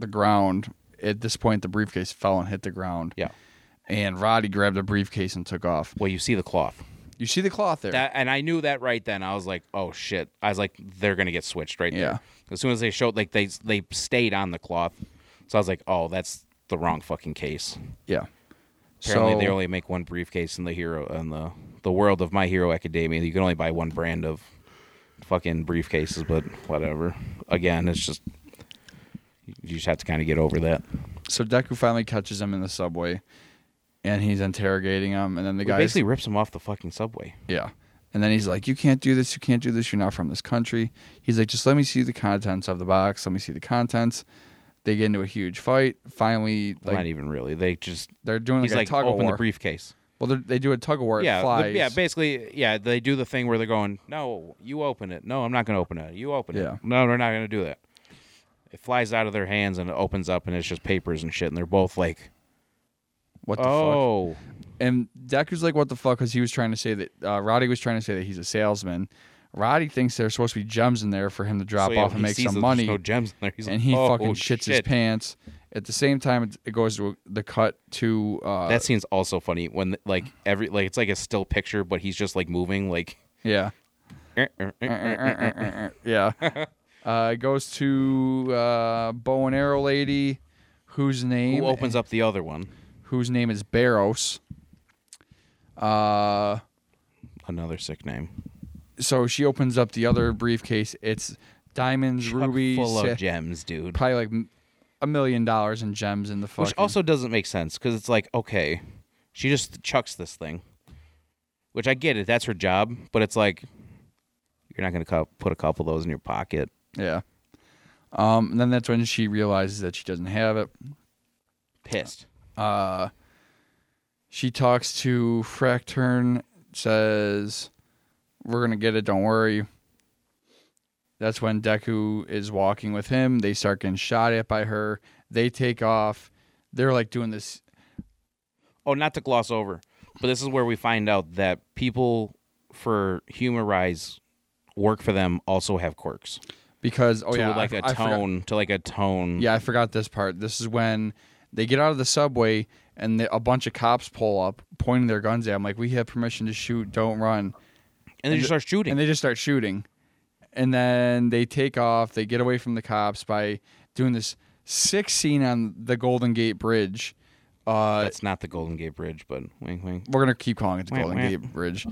S2: the ground. At this point, the briefcase fell and hit the ground.
S3: Yeah.
S2: And Roddy grabbed the briefcase and took off.
S3: Well, you see the cloth.
S2: You see the cloth there.
S3: That and I knew that right then. I was like, "Oh shit!" I was like, "They're gonna get switched right
S2: Yeah.
S3: there." As soon as they showed, like they they stayed on the cloth, so I was like, "Oh, that's the wrong fucking case."
S2: Yeah.
S3: Apparently,
S2: so,
S3: they only make one briefcase in the hero in the the world of My Hero Academia. You can only buy one brand of fucking briefcases, but whatever. Again, it's just you just have to kind of get over that.
S2: so Deku finally catches him in the subway, and he's interrogating him, and then the
S3: He
S2: guy
S3: basically rips him off the fucking subway.
S2: yeah, and then he's like, "You can't do this. You can't do this. You're not from this country." He's like, "Just let me see the contents of the box. Let me see the contents." They get into a huge fight. Finally, like
S3: Not even really. They just
S2: they're doing like
S3: he's
S2: a
S3: like
S2: tug of
S3: open the
S2: war.
S3: briefcase.
S2: well, they're- they do a tug of war.
S3: yeah,
S2: it
S3: the-
S2: flies.
S3: yeah. Basically, yeah. They do the thing where they're going, "No, you open it. No, I'm not going to open it. You open
S2: Yeah.
S3: it. No, we're not going to do that." It flies out of their hands and it opens up and it's just papers and shit. And they're both like,
S2: what the fuck?
S3: "Oh,
S2: And Deku's like, "What the fuck?" Because he was trying to say that uh, Roddy was trying to say that he's a salesman. Roddy thinks there's supposed to be gems in there for him to drop
S3: So, yeah,
S2: off and
S3: he
S2: make
S3: sees
S2: some
S3: that
S2: money.
S3: There's no gems in there. He's
S2: and
S3: like,
S2: he
S3: "Oh,
S2: fucking shits his
S3: shit."
S2: pants. At the same time, it- it goes to the cut to uh,
S3: That scene's also funny when like every like it's like a still picture, but he's just like moving like.
S2: yeah,
S3: "Er, er, er, er."
S2: yeah. Uh, it goes to uh, bow and arrow lady, whose name
S3: Who opens up the other one?
S2: whose name is Barros. Uh,
S3: Another sick name.
S2: so she opens up the other briefcase. It's diamonds, rubies,
S3: full
S2: sa-
S3: of gems, dude.
S2: probably like m- a million dollars in gems in the fucking.
S3: Which also doesn't make sense because it's like, okay, she just chucks this thing, which I get it. That's her job, but it's like, you're not going to put a couple of those in your pocket.
S2: yeah. Um, and then that's when she realizes that she doesn't have it.
S3: Pissed.
S2: uh, she talks to Fracturn, says, We're going to get it, don't worry. That's when Deku is walking with him. They start getting shot at by her. They take off. They're like doing this.
S3: Oh, not to gloss over. But this is where we find out that people for humorize work for them also have quirks
S2: because oh
S3: to
S2: yeah, I
S3: like a
S2: f- I forgot-
S3: tone to like a tone.
S2: Yeah, I forgot this part. This is when they get out of the subway and the, a bunch of cops pull up, pointing their guns at. them. like, we have permission to shoot. Don't run.
S3: and they
S2: and
S3: just start shooting.
S2: And they just start shooting. And then they take off. They get away from the cops by doing this sick scene on the Golden Gate Bridge. Uh,
S3: That's not the Golden Gate Bridge, but wing wing.
S2: we're gonna keep calling it the
S3: Wah,
S2: Golden
S3: wah.
S2: Gate Bridge.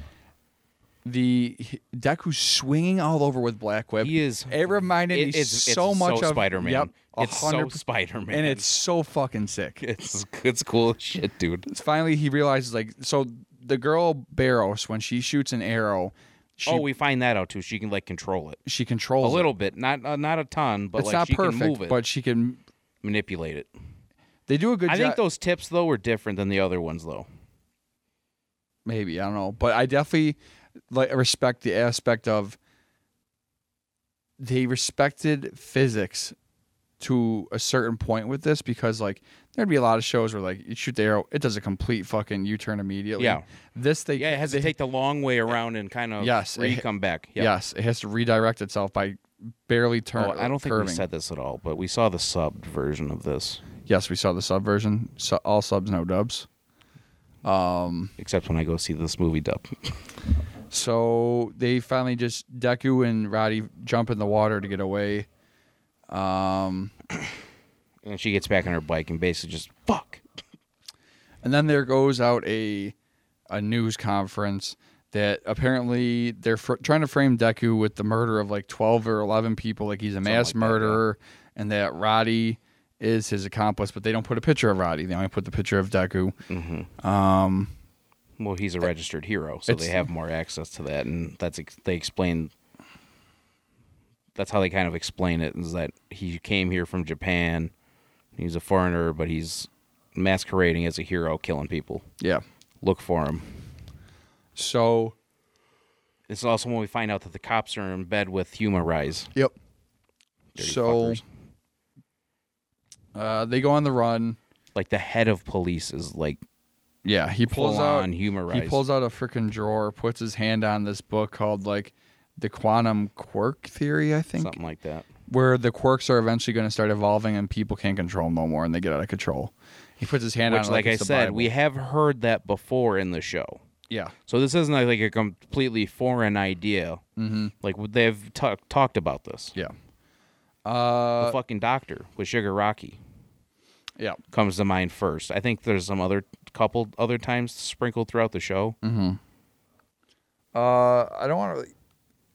S2: The Deku's swinging all over with Black Whip.
S3: He is-
S2: It reminded me
S3: It- it's,
S2: so
S3: it's
S2: much
S3: so
S2: of
S3: Spider-Man.
S2: Yep, a
S3: it's so
S2: hundred percent.
S3: Spider-Man,
S2: and it's so fucking sick.
S3: it's it's cool as shit, dude.
S2: It's finally, he realizes like so. The girl Barros, when she shoots an arrow, she
S3: oh, we find that out too. She can like control it
S2: she
S3: a
S2: controls it.
S3: little bit, not uh, not a ton, but
S2: it's
S3: like
S2: not
S3: she
S2: perfect,
S3: can move it,
S2: but she can.
S3: manipulate it.
S2: They do a good
S3: I
S2: job.
S3: think those tips though were different than the other ones though.
S2: maybe I don't know, but I definitely like respect the aspect of they respected physics to a certain point with this because like there'd be a lot of shows where like you shoot the arrow, it does a complete fucking U turn immediately.
S3: Yeah.
S2: this they
S3: Yeah, it has
S2: they,
S3: to take the long way around and kind of
S2: Yes,
S3: re
S2: it-
S3: come back. Yeah.
S2: yes, it has to redirect itself by barely turning.
S3: Oh, I don't think
S2: curving.
S3: we said this at all, but we saw the subbed version of this,
S2: Yes, we saw the sub version. Su- all subs, no dubs.
S3: except when I go see this movie dub.
S2: So they finally just Deku and Roddy jump in the water to get away.
S3: and she gets back on her bike and basically just fuck.
S2: And then there goes out a a news conference that apparently they're fr- trying to frame Deku with the murder of like 12 or 11 people like he's a mass
S3: like that, yeah.
S2: murderer and that Roddy is his accomplice but they don't put a picture of Roddy they only put the picture of Deku.
S3: Mm. Well, he's a registered hero, so
S2: It's-
S3: they have more access to that, and that's ex- they explain. That's how they kind of explain it is that he came here from Japan. He's a foreigner, but he's masquerading as a hero, killing people.
S2: Yeah.
S3: Look for him.
S2: So
S3: This is also when we find out that the cops are in bed with Human Rise.
S2: Yep.
S3: Dirty
S2: so
S3: fuckers.
S2: uh, they go on the run.
S3: like the head of police is like
S2: Yeah, he pulls
S3: full
S2: out
S3: on Human
S2: he
S3: Rise.
S2: pulls out a freaking drawer, puts his hand on this book called like the quantum quirk theory, I think.
S3: something like that.
S2: where the quirks are eventually going to start evolving and people can't control 'em no more and they get out of control. He puts his hand on
S3: Which,
S2: it
S3: like I
S2: it's the
S3: said,
S2: Bible.
S3: we have heard that before in the show.
S2: yeah,
S3: So this isn't like a completely foreign idea. Mm-hmm. Like they've ta- talked about this.
S2: yeah, uh,
S3: the fucking doctor with Sugar Rocky
S2: yeah.
S3: comes to mind first. I think there's some other couple other times sprinkled throughout the show.
S2: Mm-hmm. Uh, I don't want to.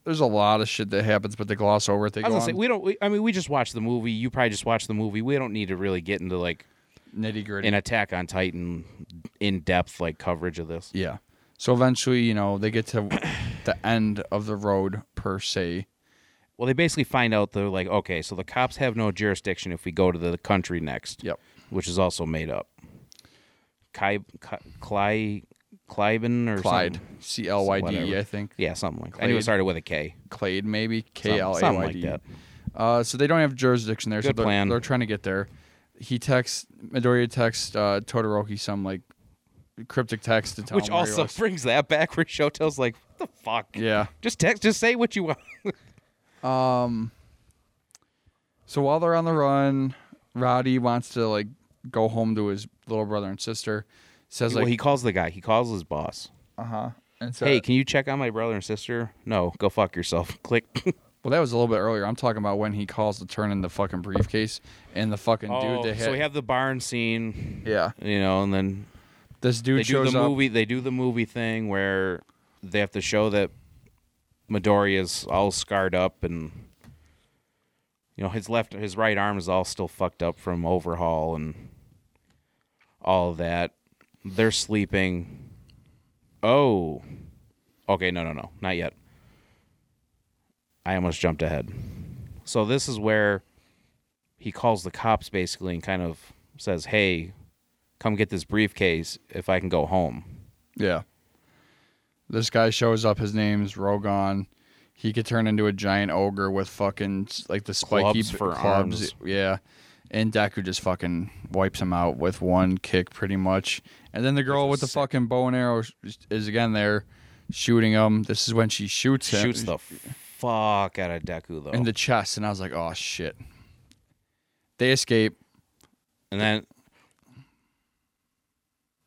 S2: There's a lot of shit that happens, but they gloss over it. They
S3: I was
S2: go
S3: gonna say
S2: on
S3: we don't. We, I mean, we just watched the movie. You probably just watched the movie. We don't need to really get into like
S2: nitty gritty.
S3: an Attack on Titan in depth like coverage of this.
S2: Yeah. So eventually, you know, they get to the end of the road per se.
S3: Well, they basically find out they're like, okay, so the cops have no jurisdiction if we go to the country next.
S2: Yep.
S3: which is also made up. Ky- Cly, Clyben or
S2: Clyde,
S3: Something.
S2: C L Y D E,
S3: Whatever.
S2: I think.
S3: Yeah, something like that. I knew it
S2: Clyde.
S3: started with a K.
S2: Clade, maybe K
S3: Some-
S2: L A
S3: something
S2: Y
S3: like
S2: D.
S3: that.
S2: Uh, so they don't have jurisdiction there. so
S3: Good
S2: they're,
S3: plan.
S2: they're trying to get there. He texts Midoriya texts uh, Todoroki some like cryptic text to tell
S3: Which
S2: him where he
S3: also
S2: was.
S3: brings that back where Shoto's like, what the fuck?
S2: yeah.
S3: Just text, just say what you want.
S2: Um. So while they're on the run, Roddy wants to like go home to his little brother and sister. Says
S3: well,
S2: like,
S3: he calls the guy. He calls his boss.
S2: uh huh. And said,
S3: Hey, can you check on my brother and sister? No, go fuck yourself. Click.
S2: well, that was a little bit earlier. I'm talking about when he calls to turn in the fucking briefcase and the fucking dude. They had,
S3: Oh, so we have the barn scene,
S2: yeah.
S3: you know, and then
S2: This dude
S3: they do
S2: shows
S3: the
S2: up.
S3: movie. They do the movie thing where they have to show that Midoriya's all scarred up and you know his left, his right arm is all still fucked up from overhaul and all of that. They're sleeping. Oh, okay, no, no, no, not yet. I almost jumped ahead. So this is where he calls the cops basically and kind of says, "Hey, come get this briefcase if I can go home.
S2: Yeah. This guy shows up. His name's Rogon. He could turn into a giant ogre with fucking s- like the spiky
S3: Clubs
S2: b-
S3: for
S2: clubs.
S3: arms.
S2: Yeah. and Deku just fucking wipes him out with one kick, pretty much. And then the girl with the fucking bow and arrow is- is again there, shooting him. This is when she shoots him
S3: Shoots the fuck out of Deku though.
S2: in the chest, and I was like, oh shit. They escape.
S3: And then,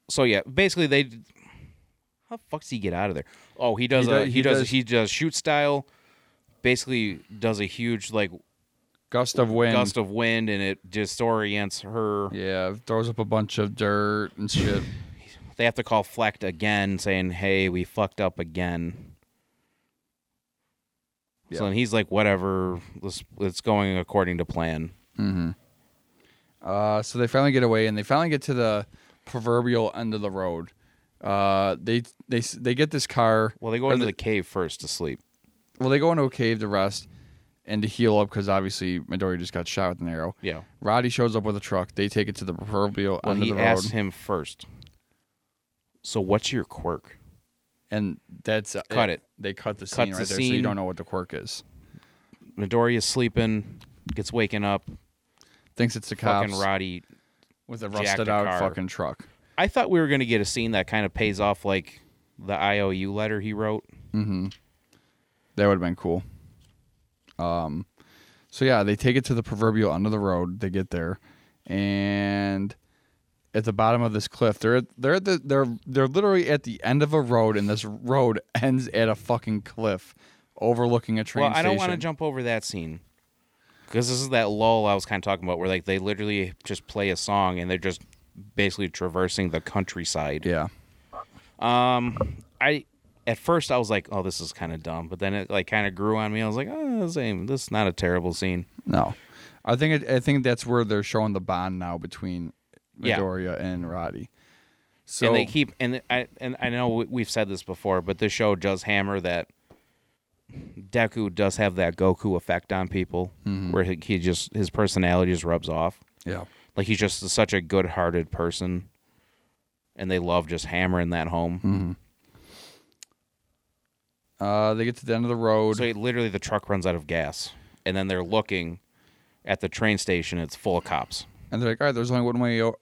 S3: so yeah, basically they. How the fuck does he get out of there? Oh, he does
S2: He
S3: a
S2: does-
S3: he,
S2: he
S3: does,
S2: does-
S3: he does shoot style. Basically, does a huge like
S2: Gust of wind.
S3: gust of wind, and it disorients her.
S2: yeah, throws up a bunch of dirt and shit.
S3: They have to call Flecked again, saying, "Hey, we fucked up again."
S2: Yeah.
S3: So then he's like, "Whatever, let's it's going according to plan."
S2: Mm-hmm. Uh, so they finally get away, and they finally get to the proverbial end of the road. Uh, they they they get this car.
S3: Well, they go
S2: Or
S3: into
S2: the-
S3: the cave first to sleep.
S2: Well, they go into a cave to rest and to heal up because obviously Midori just got shot with an arrow.
S3: Yeah.
S2: Roddy shows up with a truck. They take it to the proverbial
S3: Well,
S2: end of
S3: he
S2: the road,
S3: asked him first. So what's your quirk?
S2: and that's uh,
S3: Cut it.
S2: They cut the
S3: Cuts
S2: scene right there,
S3: the
S2: so you
S3: scene.
S2: don't know what the quirk is.
S3: Midori is sleeping, gets waken up,
S2: Thinks it's the cops
S3: fucking Roddy.
S2: with a
S3: jacked
S2: rusted
S3: a
S2: out
S3: car.
S2: fucking truck.
S3: I thought we were gonna get a scene that kind of pays off like the IOU letter he wrote.
S2: Mm-hmm. That would have been cool. Um, so yeah, they take it to the proverbial end of the road. They get there, and at the bottom of this cliff, they're they're at the, they're they're literally at the end of a road, and this road ends at a fucking cliff, overlooking a train
S3: Well, I don't want to
S2: station.
S3: jump over that scene because this is that lull I was kind of talking about, where like they literally just play a song and they're just basically traversing the countryside.
S2: Yeah,
S3: Um, I at first I was like, oh, this is kind of dumb, but then it like kind of grew on me. I was like, oh, this ain't this is not a terrible scene.
S2: no, I think it, I think that's where they're showing the bond now between
S3: Yeah.
S2: Midoriya and Roddy. So
S3: and they keep and I and I know we- we've said this before, but this show does hammer that Deku does have that Goku effect on people,
S2: Mm-hmm.
S3: where he, he just his personality just rubs off.
S2: yeah,
S3: Like he's just such a good-hearted person, and they love just hammering that
S2: Mm-hmm.
S3: home.
S2: uh, they get to the end of the road.
S3: So he, literally, the truck runs out of gas, and then they're looking at the train station. It's full of cops.
S2: And they're like, all right, there's only one way o-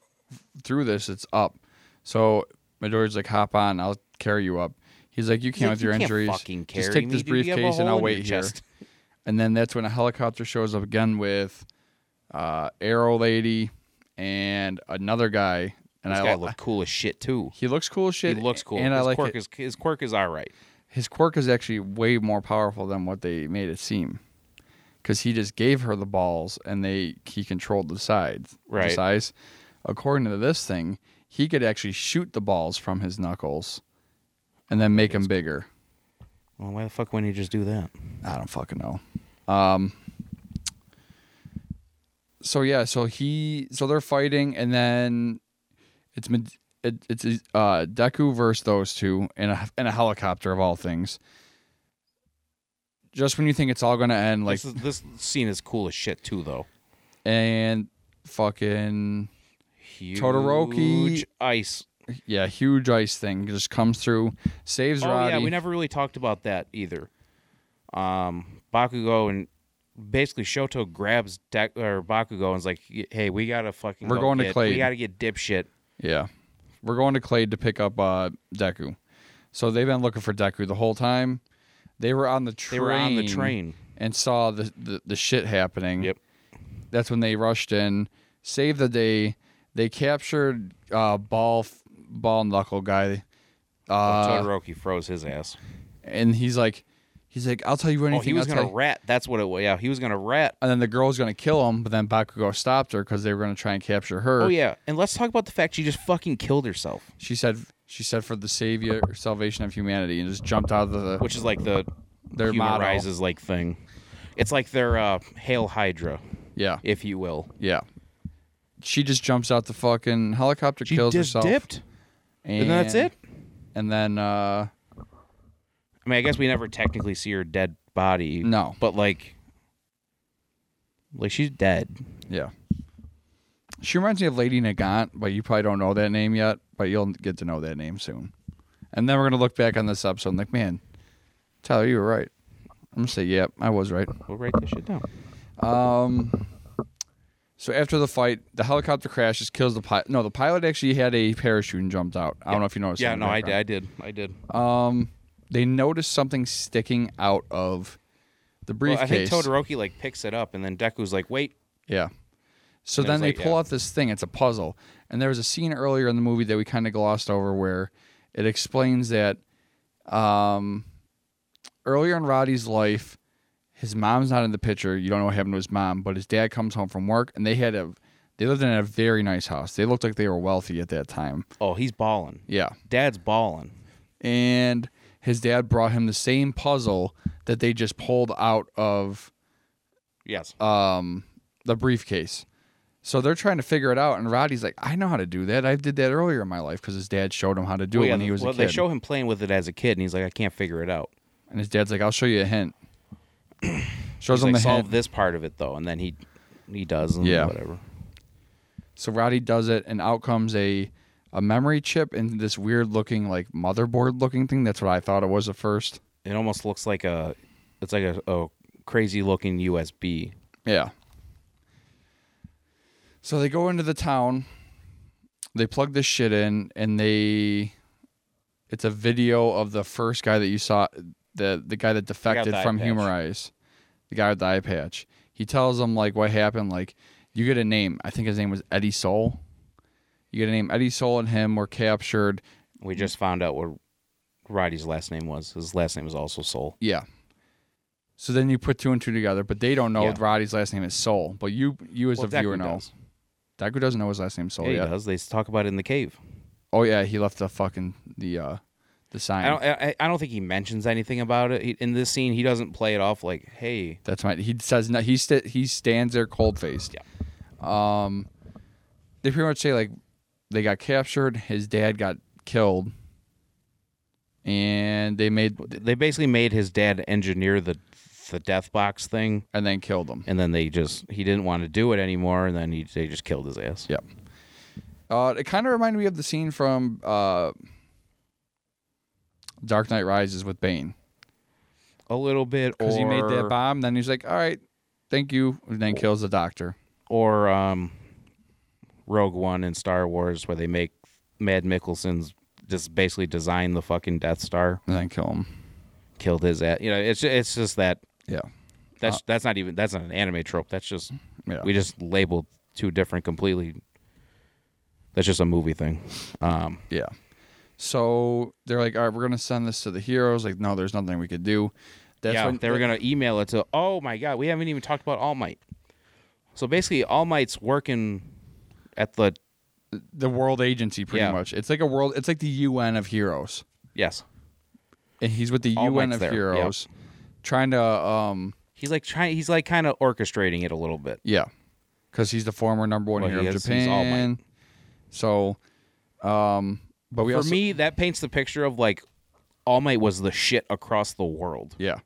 S2: through this. It's up. So Midori's like, hop on. I'll carry you up. He's like, you can't
S3: like,
S2: with your
S3: "You can't
S2: injuries.
S3: fucking
S2: Just
S3: carry
S2: take
S3: me,
S2: this
S3: dude. You have a
S2: briefcase and I'll
S3: hole in your
S2: wait here.
S3: chest."
S2: And then that's when a helicopter shows up again with uh, Arrow Lady and another guy. And
S3: This
S2: I
S3: guy
S2: li-
S3: looked cool as shit too.
S2: he looks cool as
S3: He
S2: shit.
S3: looks cool.
S2: And
S3: his
S2: I like
S3: quirk
S2: it.
S3: is his quirk is all right.
S2: his quirk is actually way more powerful than what they made it seem. Because he just gave her the balls and they he controlled the sides. The
S3: Right.
S2: size. According to this thing, he could actually shoot the balls from his knuckles and then make them bigger.
S3: Well, why the fuck wouldn't he just do that?
S2: I don't fucking know. Um so yeah, so he so they're fighting and then it's Med- it, it's uh Deku versus those two in a in a helicopter of all things. Just when you think it's all going to end like
S3: this, is, this scene is cool as shit too, though.
S2: and fucking
S3: Huge
S2: Todoroki-
S3: ice.
S2: yeah, huge ice thing just comes through, saves
S3: Oh
S2: Roddy.
S3: yeah, we never really talked about that either. Um, Bakugo and basically Shoto grabs Dek- or Bakugo and is like, "Hey, we gotta fucking.
S2: We're
S3: go
S2: going to
S3: get-
S2: Clade."
S3: We gotta get dipshit.
S2: Yeah. We're going to Clade to pick up uh, Deku. So they've been looking for Deku the whole time. They were on the train.
S3: They were on the train.
S2: And saw the, the, the shit happening.
S3: Yep.
S2: That's when they rushed in, saved the day. They captured uh, Ball Ball Knuckle guy. Uh,
S3: Todoroki froze his ass.
S2: and he's like, he's like, I'll tell you anything.
S3: Oh, he was
S2: I'll
S3: gonna
S2: tell you-"
S3: rat. That's what it was. Yeah, he was gonna rat.
S2: And then the girl's going to kill him, but then Bakugo stopped her because they were going to try and capture her.
S3: Oh yeah, and let's talk about the fact she just fucking killed herself,
S2: She said, she said, for the savior salvation of humanity, and just jumped out of the.
S3: which is like the
S2: Their
S3: human
S2: motto.
S3: rises like thing. It's like their uh, hail Hydra,
S2: yeah.
S3: if you will.
S2: Yeah. She just jumps out the fucking helicopter, kills herself. And,
S3: and that's it.
S2: And then uh
S3: I mean, I guess we never technically see her dead body.
S2: No.
S3: but like, like she's dead.
S2: yeah. She reminds me of Lady Nagant, but you probably don't know that name yet, but you'll get to know that name soon. And then we're gonna look back on this episode and like, man, Tyler, you were right. I'm gonna say, yep, I was right.
S3: We'll write this shit down.
S2: Um So after the fight, the helicopter crashes, kills the pilot. No, the pilot actually had a parachute and jumped out. I don't know if you noticed. that
S3: Yeah,
S2: in the
S3: no, I,
S2: background.
S3: did- I did. I did.
S2: Um, they noticed something sticking out of the
S3: Well,
S2: briefcase.
S3: I think Todoroki like picks it up, and then Deku's like, "Wait,
S2: Yeah. So
S3: And it
S2: then
S3: was
S2: they
S3: like,
S2: pull
S3: yeah.
S2: out this thing. It's a puzzle. And there was a scene earlier in the movie that we kind of glossed over where it explains that um, earlier in Roddy's life, his mom's not in the picture. You don't know what happened to his mom, but his dad comes home from work and they had a they lived in a very nice house. They looked like they were wealthy at that time.
S3: oh, he's balling.
S2: Yeah.
S3: Dad's balling."
S2: and his dad brought him the same puzzle that they just pulled out of
S3: Yes.
S2: um, the briefcase. So they're trying to figure it out, and Roddy's like, "I know how to do that. I did that earlier in my life because his dad showed him how to do
S3: Well,
S2: it
S3: yeah,
S2: when he was
S3: well,
S2: a
S3: they
S2: kid."
S3: show him playing with it as a kid, and he's like, "I can't figure it out."
S2: and his dad's like, "I'll show you a hint." Shows
S3: He's
S2: him
S3: like,
S2: the
S3: "Solve
S2: hint.
S3: this part of it though," and then he he does. And
S2: Yeah.
S3: Whatever.
S2: So Roddy does it, and out comes a a memory chip and this weird looking like motherboard looking thing. That's what I thought it was at first.
S3: It almost looks like a it's like a, a crazy looking USB.
S2: Yeah. So they go into the town, they plug this shit in, and they it's a video of the first guy that you saw the the guy that defected
S3: the eye
S2: from
S3: patch.
S2: Humorize. The guy with the eye patch. He tells them like what happened, like you get a name. I think his name was Eddie Soul. You get a name. Eddie Soul and him were captured.
S3: We just found out what Roddy's last name was. His last name is also Soul.
S2: Yeah. So then you put two and two together, but they don't know
S3: Yeah.
S2: Roddy's last name is Soul. But you you as
S3: Well,
S2: a
S3: Deku
S2: viewer know.
S3: does.
S2: Deku doesn't know his last name is Soul
S3: Yeah, he
S2: yet.
S3: does. They talk about it in the cave.
S2: Oh yeah, he left the fucking the uh the sign.
S3: I don't. I, I don't think he mentions anything about it he, in this scene. He doesn't play it off like, "Hey,
S2: That's my. He says no. He st- he stands there cold faced. Yeah. Um, they pretty much say like they got captured. His dad got killed, and they made
S3: they basically made his dad engineer the the death box thing
S2: and then killed him.
S3: and then they just he didn't want to do it anymore and then he they just killed his ass
S2: Yeah. Uh, it kind of reminded me of the scene from uh, Dark Knight Rises with Bane
S3: a little bit or
S2: because he made that bomb. Then he's like, "All right, thank you," and then kills the doctor.
S3: or um rogue one in star wars where they make mad mickelson's just basically design the fucking death star
S2: And then kill him.
S3: killed his ass you know it's it's just that
S2: Yeah.
S3: that's that's not even that's not an anime trope that's just
S2: Uh, Yeah.
S3: we just labeled two different completely that's just a movie thing um
S2: Yeah. So they're like, all right, we're gonna send this to the heroes. Like, no, there's nothing we could do. That's
S3: yeah,
S2: when
S3: they were gonna email it to. Oh my god, we haven't even talked about All Might. So basically, All Might's working at the
S2: the world agency pretty
S3: Yeah.
S2: much. It's like a world. It's like the UN of heroes,
S3: yes.
S2: and he's with the
S3: All
S2: UN
S3: Might's
S2: of
S3: there, yeah.
S2: heroes, trying to um
S3: He's like trying. He's like kind of orchestrating it a little bit.
S2: yeah, because he's the former number one
S3: Well,
S2: hero
S3: he
S2: of
S3: is- he's All Might.
S2: Japan. So, um, but we
S3: For
S2: also
S3: me, that paints the picture of like All Might was the shit across the world,
S2: yeah,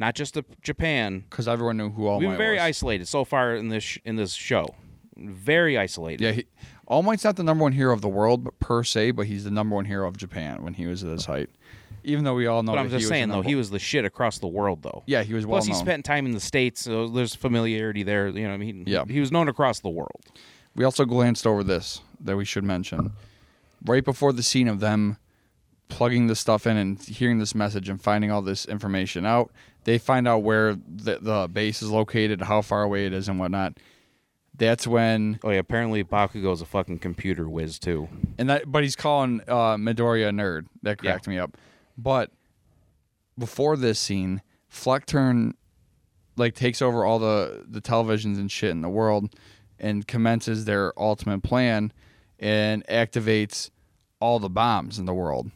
S3: not just the Japan.
S2: because everyone knew who All
S3: We've
S2: Might
S3: been very
S2: was.
S3: isolated so far in this sh- in this show. Very isolated.
S2: yeah, he, All Might's not the number one hero of the world but per se, but he's the number one hero of Japan when he was at his height. Even though we all know,
S3: but
S2: that
S3: I'm
S2: he
S3: just
S2: was
S3: saying though, he
S2: was.
S3: was the shit across the world though.
S2: Yeah, he was well
S3: Plus, he
S2: known.
S3: spent time in the states, so there's familiarity there. You know, I mean,
S2: Yeah.
S3: he was known across the world.
S2: we also glanced over this that we should mention. Right before the scene of them plugging this stuff in and hearing this message and finding all this information out, they find out where the, the base is located, how far away it is, and whatnot. That's when,
S3: Oh yeah, apparently Bakugo's a fucking computer whiz too.
S2: and that, but he's calling uh, Midoriya a nerd. That cracked me up. But before this scene, Fleck turn like takes over all the the televisions and shit in the world and commences their ultimate plan and activates all the bombs in the world.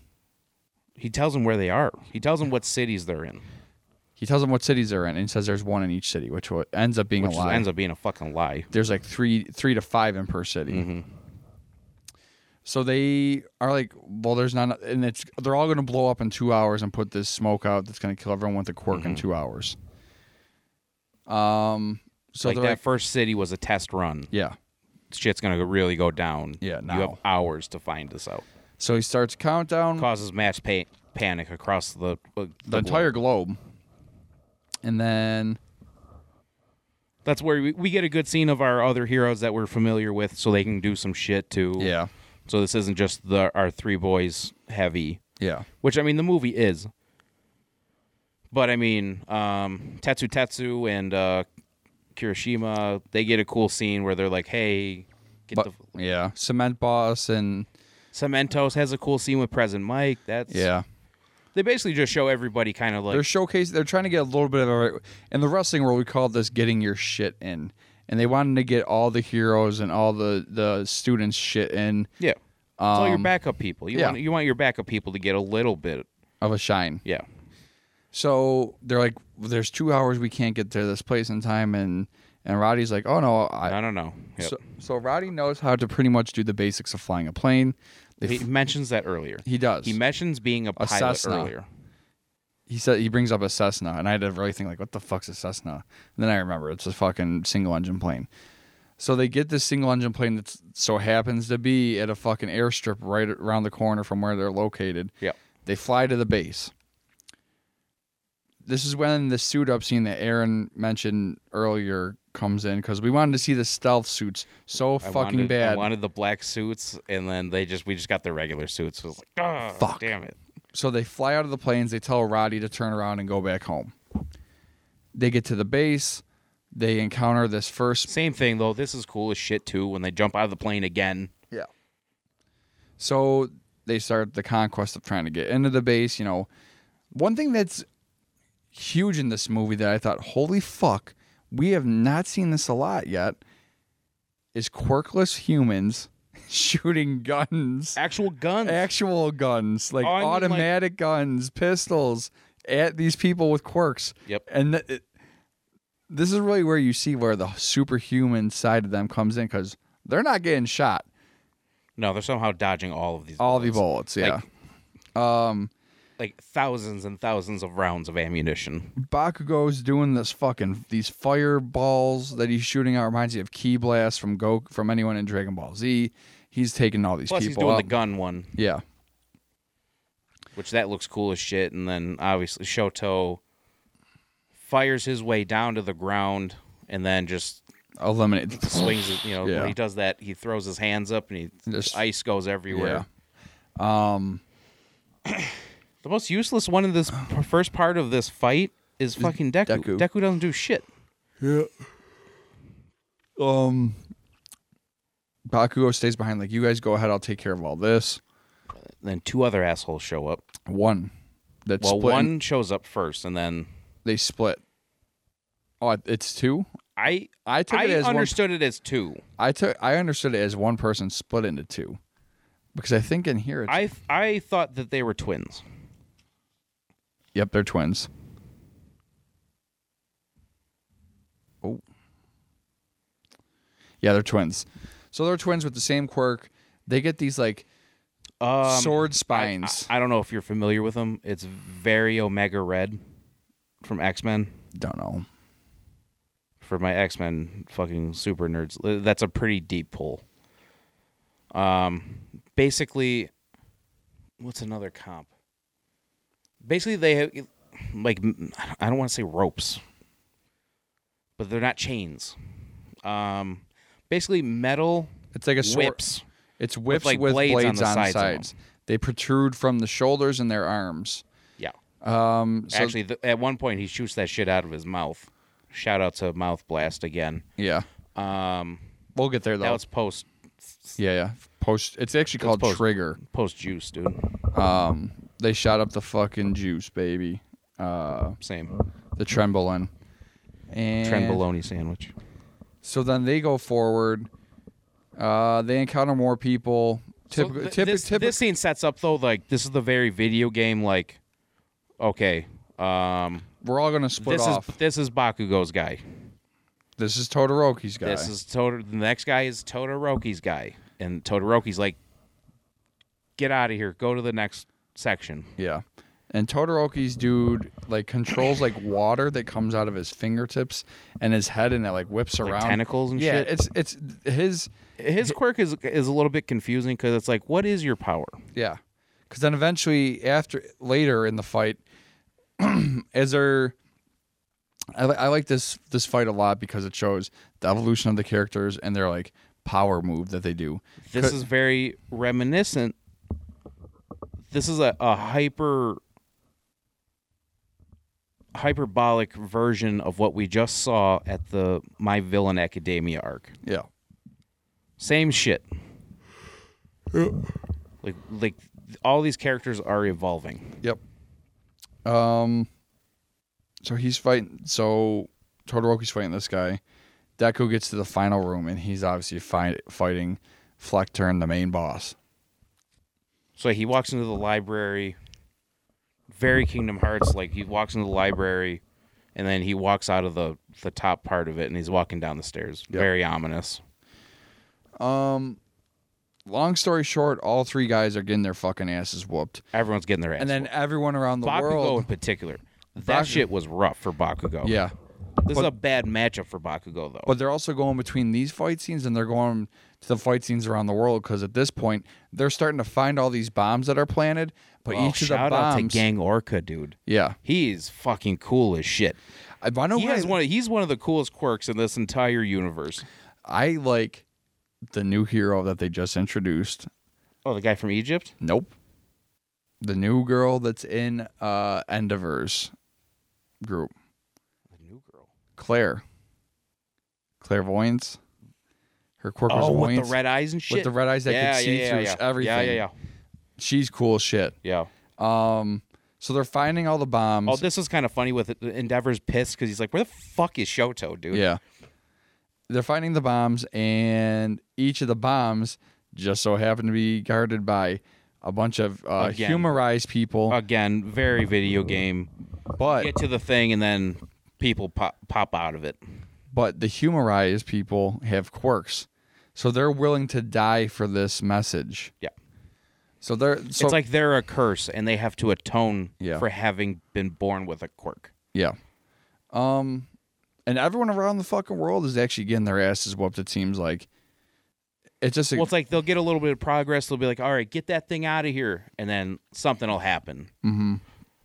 S3: He tells him where they are. He tells him what cities they're in,
S2: He tells them what cities they're in and he says there's one in each city, which wa- ends up being
S3: which
S2: a
S3: is-
S2: lie.
S3: ends up being a fucking lie.
S2: there's like three three to five in per city.
S3: Mm-hmm.
S2: So they are like, well, there's not, and it's they're all going to blow up in two hours and put this smoke out that's going to kill everyone with a quirk
S3: Mm-hmm.
S2: in two hours. Um, so
S3: So like
S2: they're
S3: that
S2: like,
S3: first city was a test run.
S2: yeah.
S3: Shit's gonna go- really go down.
S2: Yeah,
S3: you
S2: now. Hmm.
S3: have hours to find this out.
S2: So he starts countdown
S3: Causes mass pa- panic across the uh,
S2: the entire globe, and then
S3: that's where we, we get a good scene of our other heroes that we're familiar with, so they can do some shit too.
S2: Yeah.
S3: So this isn't just the our three boys heavy,
S2: Yeah.
S3: which I mean the movie is. But I mean, um, Tetsu Tetsu and uh, Kirishima, they get a cool scene where they're like, "Hey, get
S2: But,
S3: the
S2: yeah. Cement Boss and
S3: Cementos has a cool scene with President Mike." That's
S2: yeah.
S3: They basically just show everybody kind of like
S2: they're showcasing they're trying to get a little bit of a in the wrestling world we call this getting your shit in and they wanted to get all the heroes and all the the students shit in
S3: Yeah. It's all your
S2: Um,
S3: backup people. You
S2: yeah.
S3: want you want your backup people to get a little bit.
S2: of a shine
S3: Yeah.
S2: so they're like there's two hours we can't get to this place in time and and roddy's like oh no i
S3: I don't know. Yep.
S2: so, so roddy knows how to pretty much do the basics of flying a plane they
S3: he
S2: f-
S3: mentions that earlier.
S2: he does
S3: He mentions being a pilot
S2: Cessna.
S3: earlier.
S2: he said he brings up a Cessna, and I had to really think like, what the fuck's a Cessna? And then I remember it's a fucking single engine plane. So they get this single engine plane that so happens to be at a fucking airstrip right around the corner from where they're located.
S3: Yep.
S2: They fly to the base. This is when the suit up scene that Aaron mentioned earlier comes in because we wanted to see the stealth suits so
S3: I
S2: fucking
S3: wanted,
S2: bad.
S3: I wanted the black suits, and then they just we just got the regular suits. It was like, ah,
S2: Fuck.
S3: damn it.
S2: So they fly out of the planes. They tell Roddy to turn around and go back home. They get to the base. They encounter this first.
S3: Same thing though. This is cool as shit too. When they jump out of the plane again,
S2: Yeah. So they start the conquest of trying to get into the base. You know, one thing that's huge in this movie that I thought, holy fuck, we have not seen this a lot yet, is quirkless humans shooting guns.
S3: actual guns.
S2: actual guns, like
S3: Oh, I mean, like-
S2: automatic guns, pistols, at these people with quirks.
S3: Yep.
S2: And th- it, this is really where you see where the superhuman side of them comes in because they're not getting shot.
S3: no, they're somehow dodging all of these.
S2: All the
S3: bullets.
S2: bullets, yeah. um,
S3: like thousands and thousands of rounds of ammunition.
S2: Bakugo's doing this fucking these fireballs that he's shooting out reminds you of Key Blast from Go from anyone in Dragon Ball Z. He's taking all these
S3: Plus, he's
S2: people
S3: doing
S2: out.
S3: the gun one.
S2: yeah.
S3: which that looks cool as shit. And then obviously Shoto fires his way down to the ground and then just
S2: Eliminate
S3: swings. His, you know,
S2: Yeah.
S3: when he does that, he throws his hands up and he
S2: Just-
S3: ice goes everywhere.
S2: Yeah.
S3: The most useless one in this p- first part of this fight is fucking Deku.
S2: Deku.
S3: Deku, doesn't do shit.
S2: Yeah. Um Bakugo stays behind like you guys go ahead, I'll take care of all this.
S3: Then two other assholes show up.
S2: One. That
S3: Well,
S2: split
S3: one shows up first, and then
S2: they split. Oh, it's two?
S3: I
S2: I took
S3: I
S2: it as
S3: understood it as two.
S2: one I took I understood it as one person split into two. Because I think in here it's
S3: I I thought that they were twins.
S2: Yep, they're twins. Oh. Yeah, they're twins. So they're twins with the same quirk. They get these like
S3: Um,
S2: sword
S3: I- I-
S2: spines.
S3: I, don't know if you're familiar with him. It's very Omega Red from X Men.
S2: don't know.
S3: For my X Men fucking super nerds, Uh, that's a pretty deep pull. Um, basically, what's another comp? Basically, they have like m- I don't want to say ropes, but they're not chains. Um, basically metal
S2: It's like a sword.
S3: whips.
S2: It's whips with,
S3: like,
S2: blades,
S3: blades on the
S2: on,
S3: sides of
S2: sides. They protrude from the shoulders and their arms.
S3: Yeah.
S2: Um, so-
S3: Actually, th- at one point he shoots that shit out of his mouth. Shout out to Mouth Blast again.
S2: yeah,
S3: Um,
S2: we'll get there though.
S3: that was post
S2: yeah, yeah. Post. It's actually called
S3: post.
S2: trigger.
S3: post juice, dude.
S2: Um, they shot up the fucking juice, baby. Uh,
S3: Same
S2: the trembolin. And
S3: trend bologna sandwich.
S2: So then they go forward. Uh, they encounter more people. Typical.
S3: th-
S2: typi-
S3: this,
S2: typi-
S3: this scene sets up though, like this is the very video game. Like, okay, um,
S2: we're all gonna split
S3: this
S2: off.
S3: is this is Bakugo's guy.
S2: this is Todoroki's guy.
S3: This is Totor. The next guy is Todoroki's guy, and Todoroki's like, get out of here. Go to the next section.
S2: Yeah. And Todoroki's dude like controls like water that comes out of his fingertips and his head and it like whips
S3: Like
S2: around.
S3: tentacles and
S2: yeah,
S3: shit.
S2: it's it's his
S3: His quirk is is a little bit confusing because it's like, what is your power?
S2: yeah. Cuz then eventually after later in the fight as they're I, li- I like this this fight a lot because it shows the evolution of the characters and their like power move that they do.
S3: This is very reminiscent. This is a, a hyper hyperbolic version of what we just saw at the My Villain Academia arc.
S2: Yeah,
S3: Same shit. Like like all these characters are evolving.
S2: Yep. Um. So he's fighting. So Todoroki's fighting this guy. Deku gets to the final room, and he's obviously fight, fighting Flectern, the main boss.
S3: So he walks into the library. Very Kingdom Hearts like he walks into the library and then he walks out of the the top part of it and he's walking down the stairs. Very ominous.
S2: Um. Long story short, all three guys are getting their fucking asses whooped,
S3: Everyone's getting their ass.
S2: and then
S3: whooped.
S2: everyone around the
S3: Bakugo in
S2: world.
S3: particular. That
S2: Baku-
S3: shit was rough for Bakugo.
S2: Yeah,
S3: This is a bad matchup for Bakugo though.
S2: but they're also going between these fight scenes and they're going to the fight scenes around the world because at this point they're starting to find all these bombs that are planted. But
S3: Oh,
S2: each of the
S3: shout
S2: bombs,
S3: out to Gang Orca, dude.
S2: yeah,
S3: He's fucking cool as shit.
S2: I, I know
S3: He
S2: guys
S3: has one. He's one of the coolest quirks in this entire universe.
S2: I like the new hero that they just introduced.
S3: Oh, the guy from Egypt.
S2: Nope. The new girl that's in uh Endeavor's group.
S3: The new girl.
S2: Claire. Clairvoyance. Her quirk was
S3: Oh, with the
S2: voyance.
S3: red eyes and shit.
S2: with the red eyes that
S3: yeah,
S2: could see
S3: yeah, yeah,
S2: through
S3: yeah.
S2: everything.
S3: Yeah, yeah, yeah,
S2: She's cool as shit.
S3: yeah.
S2: Um so they're finding all the bombs.
S3: Oh, this is kind of funny with it. Endeavor's pissed because he's like, "Where the fuck is Shoto, dude?"
S2: Yeah. They're finding the bombs, and each of the bombs just so happened to be guarded by a bunch of uh,
S3: Again. Uh,
S2: humorized people.
S3: Again, very video game.
S2: but
S3: Get to the thing and then people pop pop out of it.
S2: but the humorized people have quirks, so they're willing to die for this message.
S3: Yeah.
S2: So they're so
S3: it's like they're a curse and they have to atone
S2: Yeah.
S3: for having been born with a quirk.
S2: yeah, um, and everyone around the fucking world is actually getting their asses whooped. It seems like it's just a,
S3: Well, it's like they'll get a little bit of progress. They'll be like, "All right, get that thing out of here," and then something will happen.
S2: Mhm.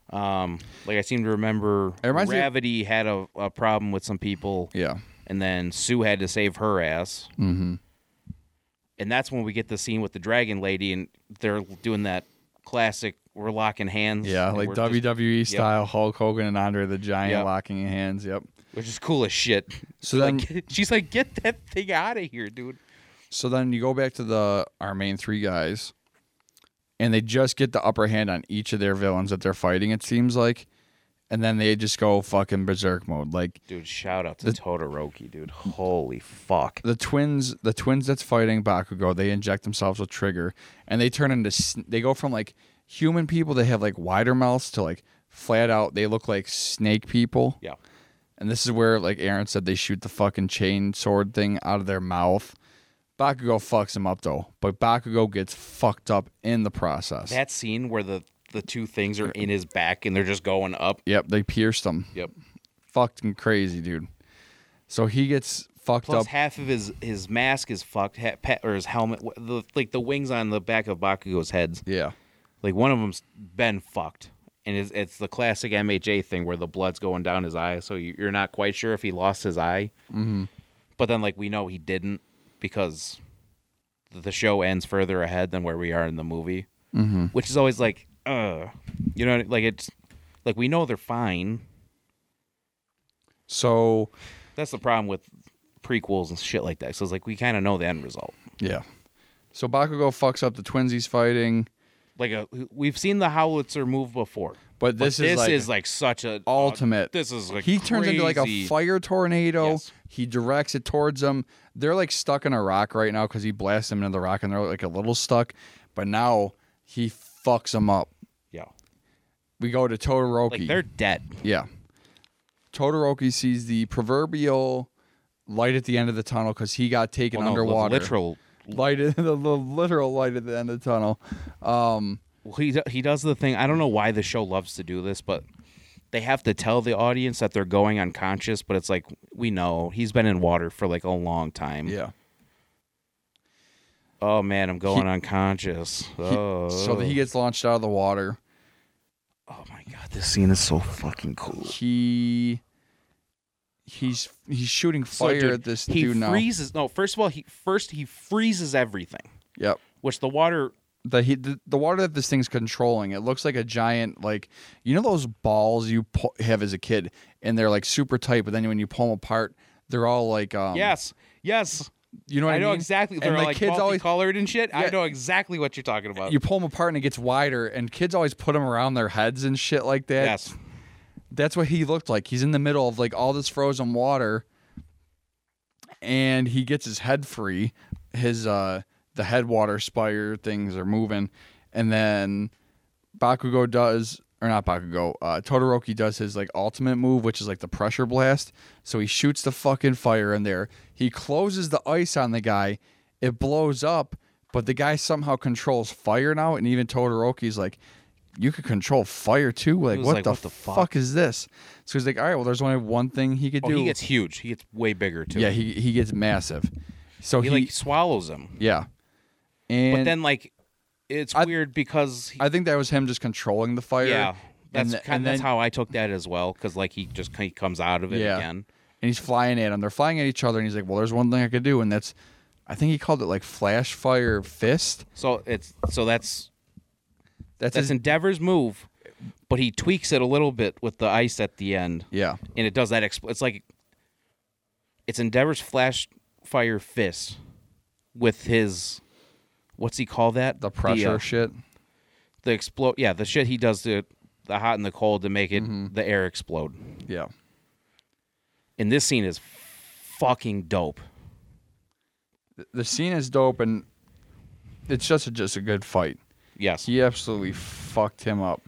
S3: Um, like I seem to remember,
S2: It reminds me of-
S3: Gravity had a, a problem with some people,
S2: yeah,
S3: and then Sue had to save her ass,
S2: mm-hmm.
S3: and that's when we get the scene with the dragon lady, and they're doing that classic "we're locking hands,"
S2: yeah,
S3: and
S2: like
S3: we're just-
S2: WWE style Hulk Hogan and Andre the Giant
S3: Yep.
S2: locking hands. Yep.
S3: which is cool as shit.
S2: So then,
S3: Like she's like, "Get that thing out of here, dude."
S2: so then you go back to the our main three guys, and they just get the upper hand on each of their villains that they're fighting. It seems like, and then they just go fucking berserk mode. Like
S3: Dude, shout out to Todoroki, dude. Holy fuck.
S2: the twins, the twins that's fighting Bakugo, they inject themselves with Trigger, and they turn into sn- they go from like human people. They have like wider mouths to like flat out. They look like snake people.
S3: Yeah.
S2: And this is where, like Aaron said, they shoot the fucking chain sword thing out of their mouth. Bakugo fucks him up though, but Bakugo gets fucked up in the process.
S3: That scene where the the two things are in his back and they're just going up.
S2: yep, they pierced him.
S3: Yep.
S2: Fucking crazy, dude. So he gets fucked
S3: Plus
S2: up.
S3: half of his his mask is fucked, ha- pa- or his helmet, wh- the, like the wings on the back of Bakugo's heads.
S2: yeah.
S3: Like one of them's been fucked, and it's, it's the classic MHA thing where the blood's going down his eye, so you- you're not quite sure if he lost his eye. Mm-hmm. But then, like we know he didn't because the show ends further ahead than where we are in the movie, mm-hmm. which is always like, uh, you know, like it's like we know they're fine.
S2: So
S3: That's the problem with prequels and shit like that. So it's like we kind of know the end result.
S2: yeah. So Bakugo fucks up the twins he's fighting,
S3: Like a, we've seen the howitzer move before.
S2: but
S3: But
S2: this is like
S3: such a uh,
S2: ultimate.
S3: this is like
S2: he turns into like a
S3: crazy-
S2: fire tornado.
S3: Yes.
S2: He directs it towards them. They're like stuck in a rock right now because he blasts them into the rock and they're like a little stuck. But now he fucks them up.
S3: yeah.
S2: We go to Todoroki.
S3: Like they're dead.
S2: yeah. Todoroki sees the proverbial light at the end of the tunnel because he got taken
S3: Well, no, the
S2: underwater.
S3: literal.
S2: light, at- the, the literal light at the end of the tunnel. Um,
S3: Well, He do- he does the thing. I don't know why the show loves to do this, but they have to tell the audience that they're going unconscious. But it's like we know he's been in water for like a long time.
S2: yeah.
S3: Oh man, I'm going unconscious. oh.
S2: So that he gets launched out of the water.
S3: oh my god, this scene is so fucking cool.
S2: he he's he's shooting
S3: So,
S2: fire
S3: dude,
S2: at this
S3: he
S2: dude now.
S3: freezes. No, first of all, he first he freezes everything,
S2: Yep.
S3: which the water.
S2: The, he, the the water that this thing's controlling, it looks like a giant like you know those balls you pu- have as a kid, and they're like super tight, but then when you pull them apart, they're all like um,
S3: Yes, yes.
S2: you know what I,
S3: I know
S2: mean?
S3: exactly.
S2: And
S3: They're
S2: the
S3: like
S2: kids always
S3: colored and shit. I
S2: Yeah.
S3: know exactly what you're talking about.
S2: you pull them apart and it gets wider, and kids always put them around their heads and shit like that.
S3: yes.
S2: that's what he looked like. He's in the middle of like all this frozen water, and he gets his head free. His uh, the headwater spire things are moving, and then Bakugo does or not Bakugo. Uh, Todoroki does his like ultimate move, which is like the pressure blast. So he shoots the fucking fire in there. He closes the ice on the guy. It blows up, but the guy somehow controls fire now. And even Todoroki's like, "You could control fire too. Like
S3: was
S2: what,
S3: like,
S2: the
S3: what the fuck?"
S2: fuck is this?" So he's like, "All right, well, there's only one thing he could
S3: Oh,
S2: do."
S3: he gets huge. He gets way bigger too.
S2: yeah, he he gets massive. So
S3: he,
S2: he,
S3: like swallows him.
S2: yeah, and
S3: but then like, it's
S2: I-
S3: weird because he,
S2: I think that was him just controlling the fire.
S3: yeah, that's
S2: and, th-
S3: kind
S2: and
S3: of that's
S2: then-
S3: how I took that as well. Because like he just he comes out of it
S2: Yeah.
S3: again.
S2: and he's flying at them. They're flying at each other, and he's like, "Well, there's one thing I could do, and that's, I think he called it like flash fire fist.
S3: So it's so that's
S2: That's,
S3: that's
S2: his,
S3: Endeavor's move, but he tweaks it a little bit with the ice at the end.
S2: yeah,
S3: and it does that. Expl- it's like it's Endeavor's flash fire fist with his what's he call that?
S2: the pressure
S3: the, uh,
S2: shit.
S3: the explode. Yeah, the shit he does to the hot and the cold to make it the air explode.
S2: Yeah,
S3: And this scene is fucking dope.
S2: the, the scene is dope, and it's just a, just a good fight.
S3: Yes,
S2: He absolutely fucked him up.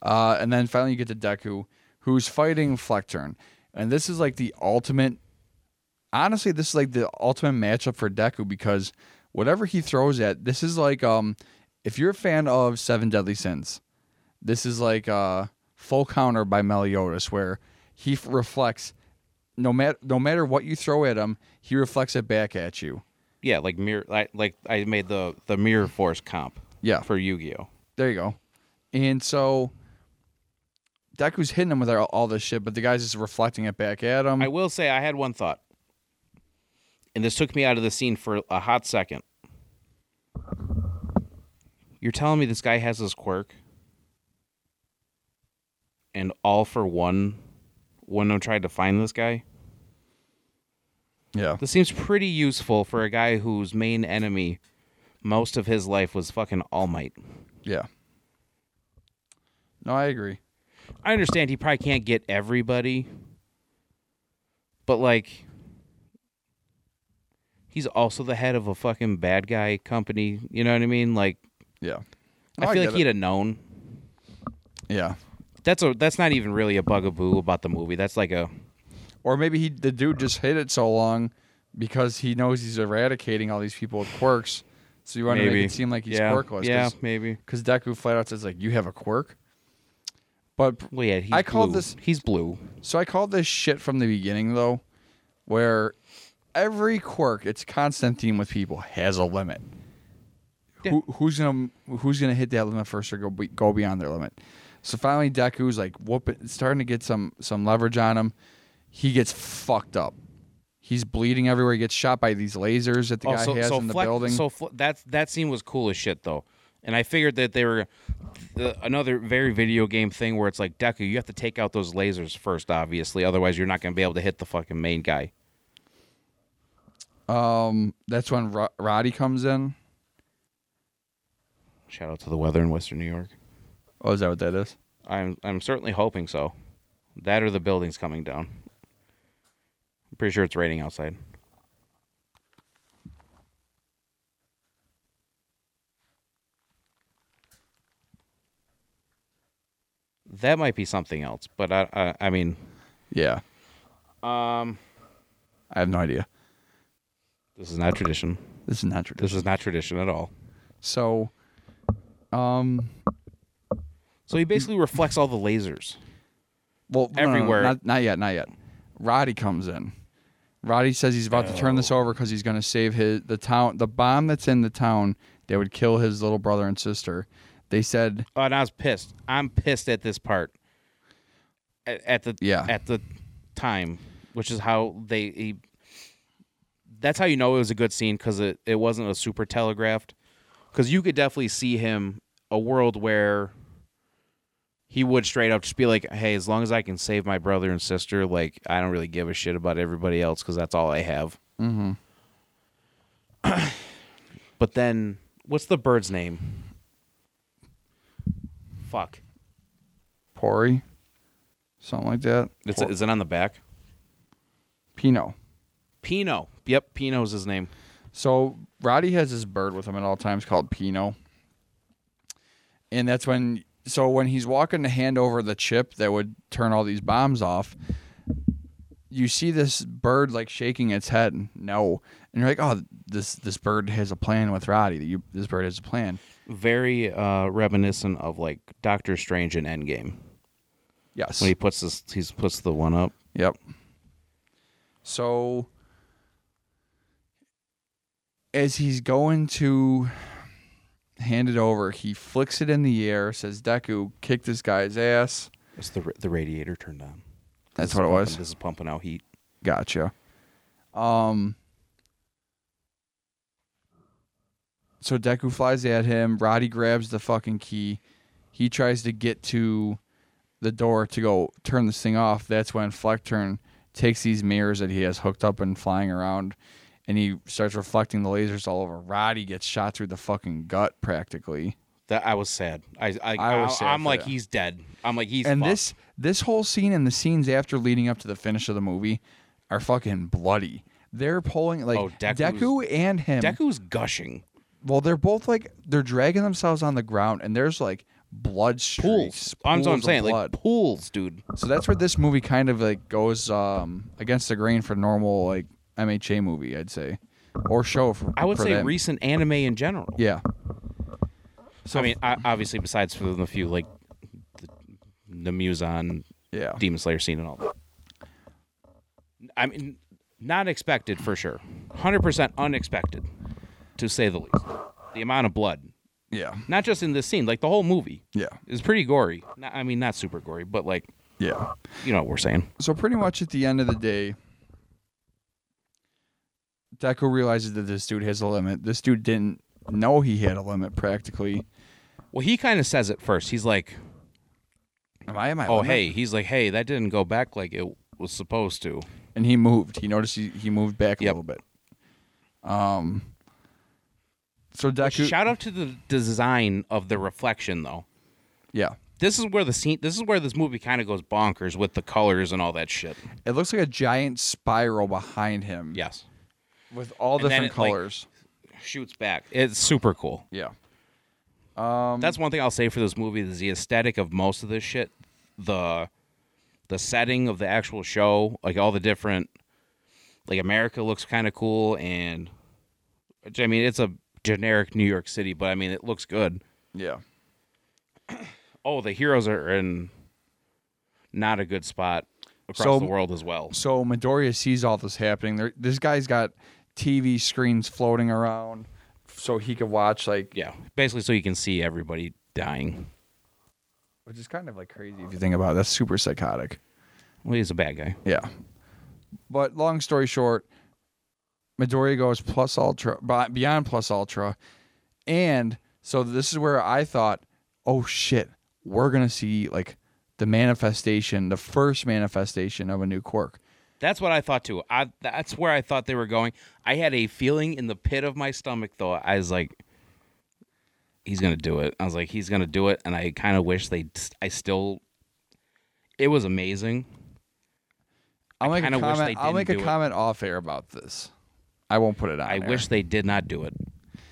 S2: Uh, and then finally you get to Deku, who's fighting Flecturn, and this is like the ultimate. Honestly, this is like the ultimate matchup for Deku because whatever he throws at, this is like um, if you're a fan of Seven Deadly Sins, this is like uh, full counter by Meliodas, where he f- reflects. No matter no matter what you throw at him, he reflects it back at you.
S3: yeah, like mirror. Like, like I made the the mirror force comp.
S2: Yeah.
S3: for Yu Gi Oh.
S2: There you go. And so Deku's hitting him with all, all this shit, but the guy's just reflecting it back at him.
S3: I will say I had one thought, and this took me out of the scene for a hot second. You're telling me this guy has his quirk, and all for one, when I'm trying to find this guy.
S2: yeah.
S3: This seems pretty useful for a guy whose main enemy, most of his life, was fucking All Might.
S2: Yeah. No, I agree.
S3: I understand he probably can't get everybody, but like, he's also the head of a fucking bad guy company. You know what I mean? Like,
S2: Yeah.
S3: I feel
S2: Oh, get
S3: like
S2: it.
S3: he'd have known.
S2: Yeah.
S3: That's a that's not even really a bugaboo about the movie. That's like a
S2: Or maybe he the dude just hid it so long because he knows he's eradicating all these people with quirks. So you want to
S3: maybe
S2: make it seem like he's
S3: yeah,
S2: quirkless.
S3: Yeah, maybe.
S2: Because Deku flat out says, like, you have a quirk. But
S3: Well, yeah, he's
S2: I called
S3: blue.
S2: this-
S3: He's blue.
S2: So I called this shit from the beginning though, where every quirk, it's a constant theme with people, has a limit. Who, who's gonna who's gonna hit that limit first or go be, go beyond their limit? So finally, Deku's like whooping, starting to get some some leverage on him. He gets fucked up. He's bleeding everywhere. He gets shot by these lasers that the guy
S3: Oh, so,
S2: has
S3: so
S2: in the
S3: Fleck-
S2: building.
S3: So Fle- that's that scene was cool as shit though, and I figured that they were the, another very video game thing where it's like Deku, you have to take out those lasers first, obviously, otherwise you're not going to be able to hit the fucking main guy.
S2: um, that's when Ro- Roddy comes in.
S3: Shout out to the weather in Western New York.
S2: Oh, is that what that is?
S3: I'm I'm certainly hoping so. That or the building's coming down. I'm pretty sure it's raining outside. That might be something else, but I I, I mean,
S2: Yeah,
S3: um,
S2: I have no idea.
S3: this is not tradition.
S2: This is not tradition.
S3: This is not tradition at all.
S2: So, um,
S3: So he basically reflects all the lasers.
S2: Well, no, no, no,
S3: Everywhere.
S2: not, not yet. Not yet. Roddy comes in. Roddy says he's about to turn this over because he's going to save his the town. The bomb that's in the town that would kill his little brother and sister. They said,
S3: Oh, and I was pissed. I'm pissed at this part. At, at the
S2: Yeah.
S3: at the time which is how they. He, that's how you know it was a good scene because it, it wasn't a super telegraphed. Because you could definitely see him a world where he would straight up just be like, "Hey, as long as I can save my brother and sister, like I don't really give a shit about everybody else because that's all I have."
S2: Mm-hmm.
S3: But then, what's the bird's name? Fuck.
S2: Pori, something like that.
S3: It's, is it on the back?
S2: Pinot.
S3: Pino. Yep, Pino's his name.
S2: So Roddy has this bird with him at all times called Pino. And that's when so when he's walking to hand over the chip that would turn all these bombs off, you see this bird like shaking its head no. And you're like, "Oh, this this bird has a plan with Roddy. You, this bird has a plan."
S3: Very uh, reminiscent of like Doctor Strange in Endgame
S2: Yes.
S3: when he puts this. He puts the one up.
S2: Yep. So as he's going to hand it over, he flicks it in the air, says Deku, kick this guy's ass.
S3: It's the the radiator turned on.
S2: That's
S3: This
S2: what
S3: is
S2: it
S3: pumping-
S2: was.
S3: This is pumping out heat.
S2: Gotcha. Um So Deku flies at him, Roddy grabs the fucking key. He tries to get to the door to go turn this thing off. That's when Fleckturn takes these mirrors that he has hooked up and flying around and he starts reflecting the lasers all over. Roddy gets shot through the fucking gut practically.
S3: That I was sad. I
S2: I
S3: I, I
S2: was sad
S3: am
S2: for
S3: like
S2: that.
S3: he's dead. I'm like he's
S2: and
S3: fucked.
S2: this this whole scene and the scenes after leading up to the finish of the movie are fucking bloody. They're pulling like
S3: Oh, Deku's-
S2: Deku and him.
S3: Deku's gushing.
S2: Well, they're both like they're dragging themselves on the ground, and there's like blood
S3: Pools.
S2: streaks.
S3: I'm, that's what
S2: pools
S3: I'm
S2: of
S3: saying
S2: blood.
S3: like pools, dude.
S2: so that's where this movie kind of like goes um, against the grain for normal like MHA movie, I'd say, or show. For,
S3: I would
S2: for
S3: say
S2: them.
S3: recent anime in general.
S2: Yeah.
S3: So I mean, I, obviously, besides for the few like the, the Muson
S2: Yeah.
S3: Demon Slayer scene and all that. I mean, not expected for sure. 100% unexpected, to say the least. The amount of blood,
S2: Yeah.
S3: not just in this scene, like the whole movie
S2: Yeah.
S3: is pretty gory. Not, I mean, not super gory, but like,
S2: Yeah.
S3: you know what we're saying.
S2: so pretty much at the end of the day, Deku realizes that this dude has a limit. This dude didn't know he had a limit practically.
S3: Well, he kind of says it first. He's like,
S2: Am I at my
S3: oh,
S2: limit?
S3: hey, he's like, hey, that didn't go back like it was supposed to.
S2: And he moved. He noticed he, he moved back a
S3: Yep.
S2: little bit. Um so Deku
S3: Shout out to the design of the reflection, though.
S2: Yeah.
S3: This is where the scene, this is where this movie kind of goes bonkers with the colors and all that shit.
S2: It looks like a giant spiral behind him.
S3: Yes.
S2: With all
S3: And then
S2: different
S3: it, like-
S2: colors.
S3: Shoots back. It's super cool.
S2: yeah. Um
S3: That's one thing I'll say for this movie is the aesthetic of most of this shit, the the setting of the actual show, like all the different like America looks kind of cool and I mean it's a generic New York City, but I mean it looks good.
S2: yeah.
S3: Oh, the heroes are in not a good spot across
S2: So-
S3: the world as well.
S2: So Midoriya sees all this happening. There, this guy's got TV screens floating around so he could watch like
S3: Yeah, basically so you can see everybody dying.
S2: which is kind of like crazy if you think about it. That's super psychotic.
S3: Well, he's a bad guy.
S2: Yeah. But long story short, Midoriya goes plus ultra bi- beyond plus ultra and so this is where I thought, "Oh shit, we're going to see like the manifestation, the first manifestation of a new quirk."
S3: That's what I thought too. I that's where I thought they were going. I had a feeling in the pit of my stomach though. I was like, he's gonna do it. I was like, he's gonna do it, and I kind of wish they. I still. It was amazing.
S2: I'll make a
S3: kinda wish
S2: comment.
S3: they
S2: I'll
S3: didn't
S2: make a
S3: do it.
S2: comment off air about this. I won't put it on.
S3: I
S2: air.
S3: wish they did not do it,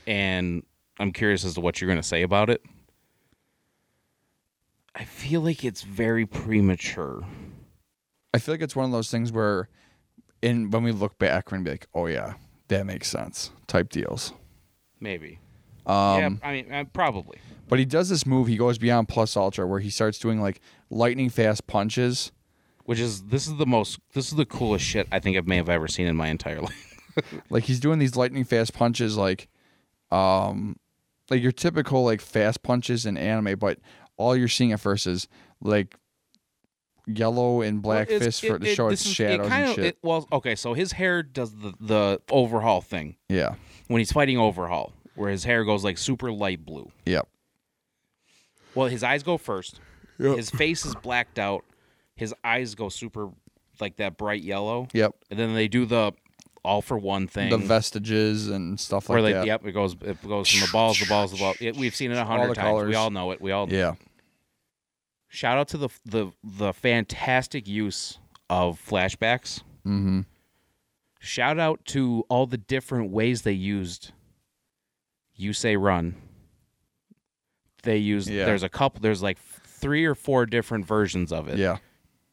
S3: and I'm curious as to what you're gonna say about it. I feel like it's very premature.
S2: I feel like it's one of those things where, in when we look back, we're gonna be like, "Oh yeah, that makes sense." Type deals.
S3: Maybe.
S2: Um,
S3: yeah, I mean, uh, probably.
S2: But he does this move. He goes beyond plus ultra, where he starts doing like lightning fast punches.
S3: Which is this is the most this is the coolest shit I think I may have ever seen in my entire life.
S2: Like he's doing these lightning fast punches, like, um, like your typical like fast punches in anime. But all you're seeing at first is like yellow and black
S3: Well, it's-
S2: fist for it to show
S3: this
S2: its
S3: is-
S2: shadows
S3: kinda-
S2: and shit.
S3: it- well, okay, so his hair does the the overhaul thing
S2: yeah.
S3: when he's fighting overhaul, where his hair goes like super light blue.
S2: Yep.
S3: Well, his eyes go first. His face is blacked out. His eyes go super like that bright yellow.
S2: Yep.
S3: And then they do the all for one thing.
S2: The vestiges and stuff like
S3: where they,
S2: that.
S3: yep, it goes, it goes from the balls, the balls, the balls. It, we've seen it a
S2: the
S3: hundred times.
S2: colors.
S3: We all know it. We all
S2: Yeah.
S3: shout out to the the the fantastic use of flashbacks.
S2: Mm-hmm.
S3: Shout out to all the different ways they used. You say run. They used.
S2: Yeah.
S3: There's a couple. There's like three or four different versions of it.
S2: Yeah.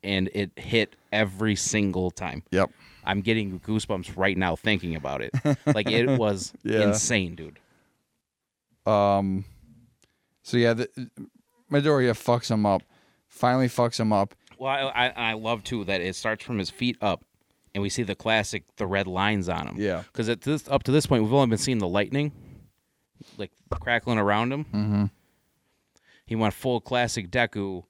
S3: and it hit every single time.
S2: Yep.
S3: I'm getting goosebumps right now thinking about it. Like it was
S2: Yeah.
S3: insane, dude.
S2: Um, so yeah, the, Midoriya fucks him up. Finally, fucks him up.
S3: Well, I, I I love too that it starts from his feet up, and we see the classic the red lines on him.
S2: Yeah.
S3: Because at this up to this point, we've only been seeing the lightning, like crackling around him.
S2: Mm-hmm.
S3: He went full classic Deku.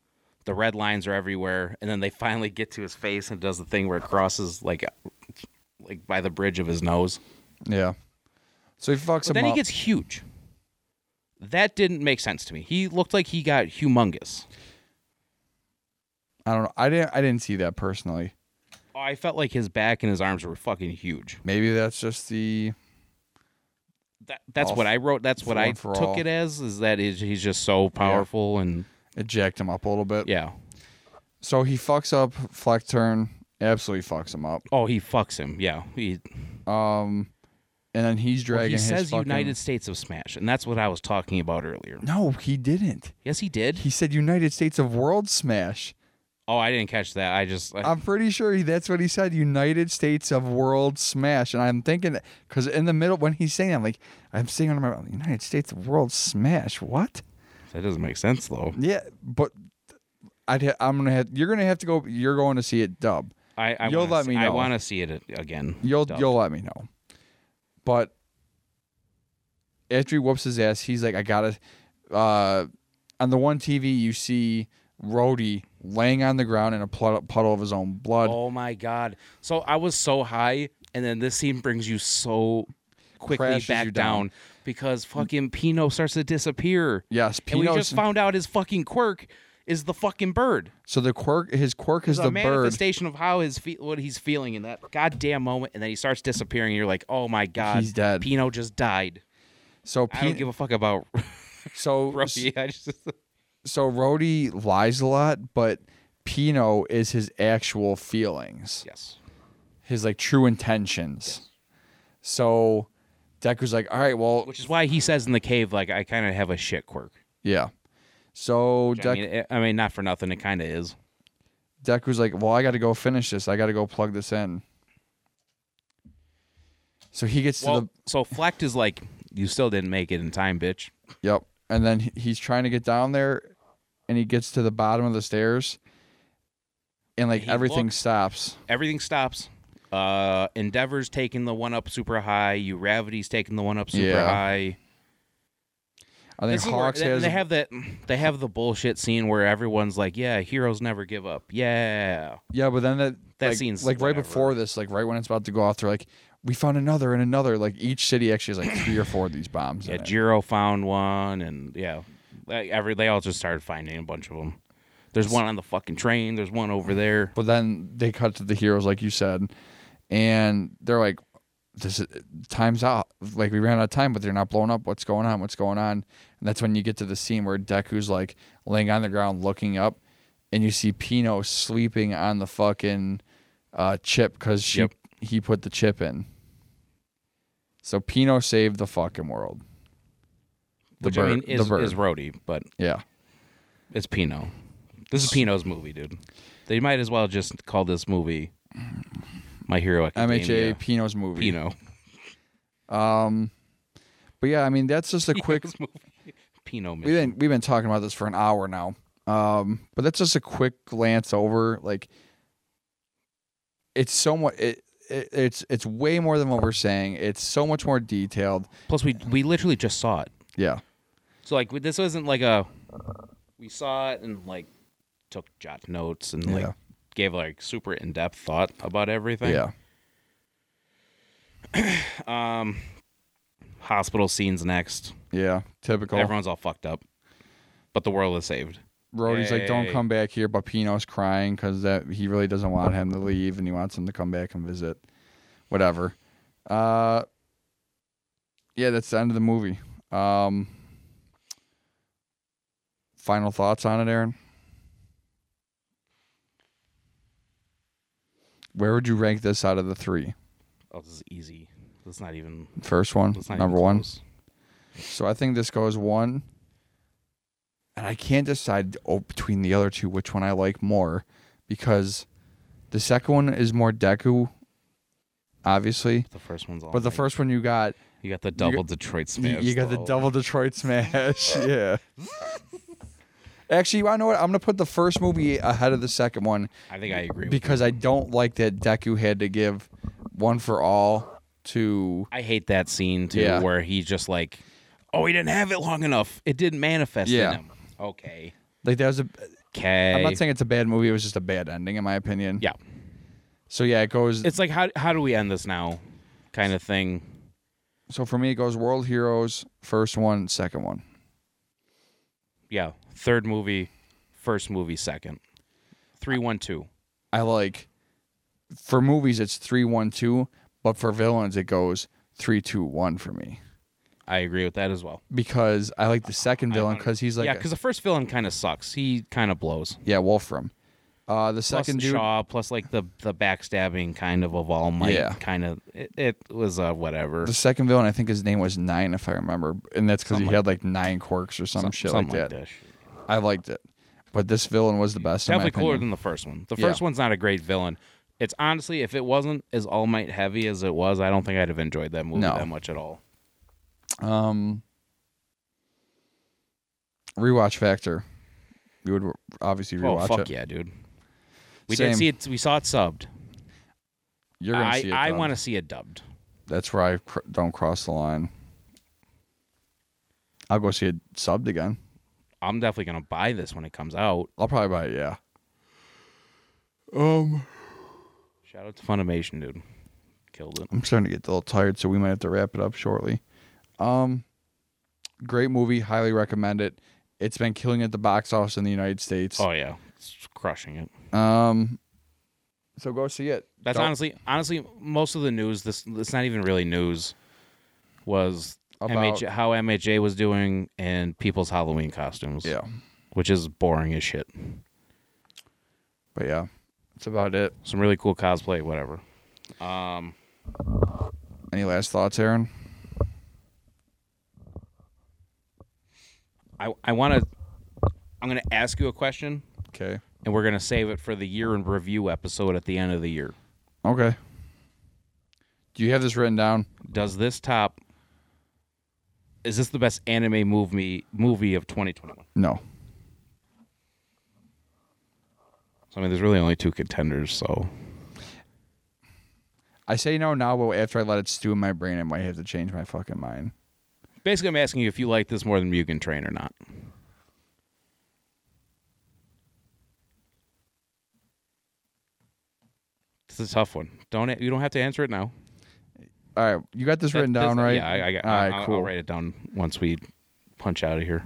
S3: The red lines are everywhere, and then they finally get to his face and does the thing where it crosses like, like by the bridge of his nose.
S2: Yeah. So he fucks him
S3: But then
S2: up.
S3: he gets huge. That didn't make sense to me. He looked like he got humongous.
S2: I don't know. I didn't. I didn't see that personally.
S3: I felt like his back and his arms were fucking huge.
S2: Maybe that's just the.
S3: That, that's
S2: All
S3: what I wrote. That's
S2: for
S3: what I
S2: one for
S3: took
S2: all.
S3: it as. Is that he's, he's just so powerful and
S2: It jacked him up a little bit.
S3: yeah.
S2: So he fucks up Fleck turn. Absolutely fucks him up.
S3: Oh, he fucks him. Yeah, he,
S2: Um, and then he's
S3: well,
S2: dragging
S3: he
S2: his
S3: says
S2: fucking-
S3: United States of Smash, and that's what I was talking about earlier.
S2: No, he didn't.
S3: Yes, he did.
S2: He said United States of World Smash.
S3: Oh, I didn't catch that. I just I,
S2: I'm pretty sure he, that's what he said. United States of World Smash, and I'm thinking because in the middle when he's saying, that, I'm like, I'm sitting under my breath, United States of World Smash. What?
S3: that doesn't make sense though.
S2: Yeah, but I'd ha- I'm gonna have you're gonna have to go. You're going to see it dub.
S3: I, I
S2: You'll
S3: wanna
S2: let
S3: see-
S2: me
S3: I
S2: know.
S3: want to see it again.
S2: You'll
S3: dubbed.
S2: you'll let me know. But after he whoops his ass, he's like, I gotta. Uh, on the one TV, you see Rhodey laying on the ground in a plud- puddle of his own blood.
S3: Oh my god! So I was so high, and then this scene brings you so quickly
S2: Crashes
S3: back
S2: you down.
S3: down. because fucking Pino starts to disappear.
S2: Yes,
S3: and we
S2: Pino's-
S3: just found out his fucking quirk is the fucking bird.
S2: So the quirk, his quirk is
S3: It's
S2: the
S3: a
S2: bird.
S3: manifestation of how his fe- what he's feeling in that goddamn moment, and then he starts disappearing. And you're like, oh my god,
S2: He's dead.
S3: Pino just died.
S2: So
S3: I don't
S2: Pete,
S3: give a fuck about
S2: so
S3: Ruffy. I just
S2: so Rhodey lies a lot, but Pino is his actual feelings,
S3: yes.
S2: his like true intentions. So Decker's like, all right, well,
S3: Which is why he says in the cave, like, I kind of have a shit quirk.
S2: yeah. So
S3: I
S2: Deck,
S3: mean, it- I mean, not for nothing, it kind of is.
S2: Decker's like, well, I got to go finish this. I got to go plug this in. So he gets
S3: well,
S2: to the
S3: so Flecked is like, you still didn't make it in time, bitch.
S2: Yep. And then he- he's trying to get down there and he gets to the bottom of the stairs and like
S3: He
S2: everything
S3: looks-
S2: stops.
S3: Everything stops. Uh, Endeavor's taking the one up super high. Uravity's taking the one up super
S2: Yeah.
S3: high.
S2: I think
S3: This is where-
S2: Hawks
S3: they,
S2: has
S3: they have that. They have the bullshit scene where everyone's like, "Yeah, heroes never give up." Yeah,
S2: Yeah, but then that
S3: That
S2: like,
S3: scene's
S2: like right
S3: whatever.
S2: before this, like right when it's about to go off, they're like, "We found another and another." Like each city actually has like three or four of these bombs.
S3: yeah.
S2: in it.
S3: Jiro found one, and yeah, like, every they all just started finding a bunch of them. There's one on the fucking train. There's one over there.
S2: But then they cut to the heroes, like you said, and they're like, "This is, time's out. Like we ran out of time, but they're not blowing up. What's going on? What's going on?" And that's when you get to the scene where Deku's like laying on the ground, looking up, and you see Pino sleeping on the fucking uh, chip because she
S3: Yep.
S2: he put the chip in. So Pino saved the fucking world. The
S3: Which I
S2: bird.
S3: mean is
S2: the bird.
S3: is Rhodey, but
S2: yeah.
S3: It's Pino. This is Pino's movie, dude. They might as well just call this movie My Hero Academia.
S2: MHA Pino's movie.
S3: Pino.
S2: Um, but yeah, I mean that's just a quick
S3: This movie. Pino
S2: we've
S3: mission.
S2: been we've been talking about this for an hour now. Um, but that's just a quick glance over. Like, it's so much. It, it it's it's way more than what we're saying. It's so much more detailed.
S3: Plus, we we literally just saw it.
S2: Yeah,
S3: So like, this isn't like a we saw it and like took jot notes and
S2: Yeah.
S3: like gave like super in depth thought about everything.
S2: Yeah.
S3: Um, hospital scenes next.
S2: Yeah. Typical.
S3: Everyone's all fucked up, but the world is saved.
S2: Brody's like, don't
S3: Hey.
S2: come back here. But Pino's crying because that he really doesn't want him to leave and he wants him to come back and visit. Whatever. Uh, yeah, that's the end of the movie. Um, final thoughts on it, Aaron? Where would you rank this out of the three?
S3: Oh, this is easy. That's not even.
S2: First one,
S3: That's not
S2: number
S3: even
S2: one.
S3: close.
S2: So I think this goes one, and I can't decide oh, between the other two which one I like more, because the second one is more Deku, obviously,
S3: The first one's all.
S2: but the
S3: like-
S2: first one you got
S3: you got the double Detroit
S2: you-
S3: smash.
S2: you got the
S3: though.
S2: double Detroit smash, yeah. Actually, I know what I'm gonna put the first movie ahead of the second one
S3: I think I agree. With
S2: because I don't like that Deku had to give one for all to
S3: I hate that scene too,
S2: Yeah.
S3: where he just like, oh, he didn't have it long enough. It didn't manifest
S2: Yeah.
S3: in him. Okay.
S2: like that was a.
S3: Okay.
S2: I'm not saying it's a bad movie. It was just a bad ending, in my opinion.
S3: Yeah.
S2: So yeah, it goes.
S3: It's like how how do we end this now, kind of thing.
S2: so for me, it goes World Heroes, first one, second one.
S3: Yeah. Third movie, first movie, second. Three, one, two.
S2: I like. For movies, it's three, one, two, but for villains, it goes three, two, one for me
S3: I agree with that as well.
S2: because I like the second villain because he's like
S3: yeah, because the first villain kind of sucks. He kind of blows.
S2: yeah, Wolfram. Uh, the
S3: Plus
S2: second dude,
S3: Shaw, plus like the the backstabbing kind of of all might.
S2: Yeah.
S3: Kind of it, it was uh whatever.
S2: the second villain, I think his name was Nine, if I remember, and that's because he
S3: Something
S2: had like nine quirks or some,
S3: Some-
S2: shit
S3: something
S2: like that.
S3: shit.
S2: I liked it, but this villain was the best. in my
S3: Definitely cooler
S2: opinion.
S3: than the first one. The
S2: Yeah.
S3: first one's not a great villain. It's honestly, if it wasn't as all might heavy as it was, I don't think I'd have enjoyed that movie
S2: No.
S3: that much at all.
S2: Um, rewatch factor. You would obviously rewatch
S3: oh fuck
S2: it.
S3: yeah, dude. We
S2: Same.
S3: did see it. We saw it subbed.
S2: You're gonna
S3: I
S2: see it.
S3: I want
S2: want
S3: to see it dubbed.
S2: That's where I cr- don't cross the line. I'll go see it subbed again.
S3: I'm definitely gonna buy this when it comes out.
S2: I'll probably buy it. Yeah.
S3: Shout out to Funimation, dude. Killed it.
S2: I'm starting to get a little tired, so we might have to wrap it up shortly. Um, great movie. Highly recommend it. It's been killing at the box office in the United States.
S3: Oh yeah, it's crushing it.
S2: Um, so go see it.
S3: That's
S2: Don't-
S3: honestly, honestly, most of the news. This it's not even really news. Was
S2: About-
S3: MHA how MHA was doing and people's Halloween costumes.
S2: Yeah.
S3: which is boring as shit.
S2: But yeah, that's about it.
S3: some really cool cosplay, whatever. Um,
S2: Any last thoughts, Aaron?
S3: I I want to. I'm gonna ask you a question,
S2: Okay.
S3: and we're gonna save it for the year in review episode at the end of the year.
S2: Okay. Do you have this written down?
S3: Does this top? Is this the best anime movie movie of 2021?
S2: No.
S3: So, I mean, there's really only two contenders, so
S2: I say no now, but after I let it stew in my brain, I might have to change my fucking mind.
S3: basically, I'm asking you if you like this more than Mugen Train or not. This is a tough one. Don't a- you don't have to answer it now.
S2: All right, you got this written
S3: That-
S2: down,
S3: that's-
S2: right?
S3: Yeah, I, I got.
S2: All
S3: I-
S2: right,
S3: I'll,
S2: cool.
S3: I'll write it down once we punch out of here.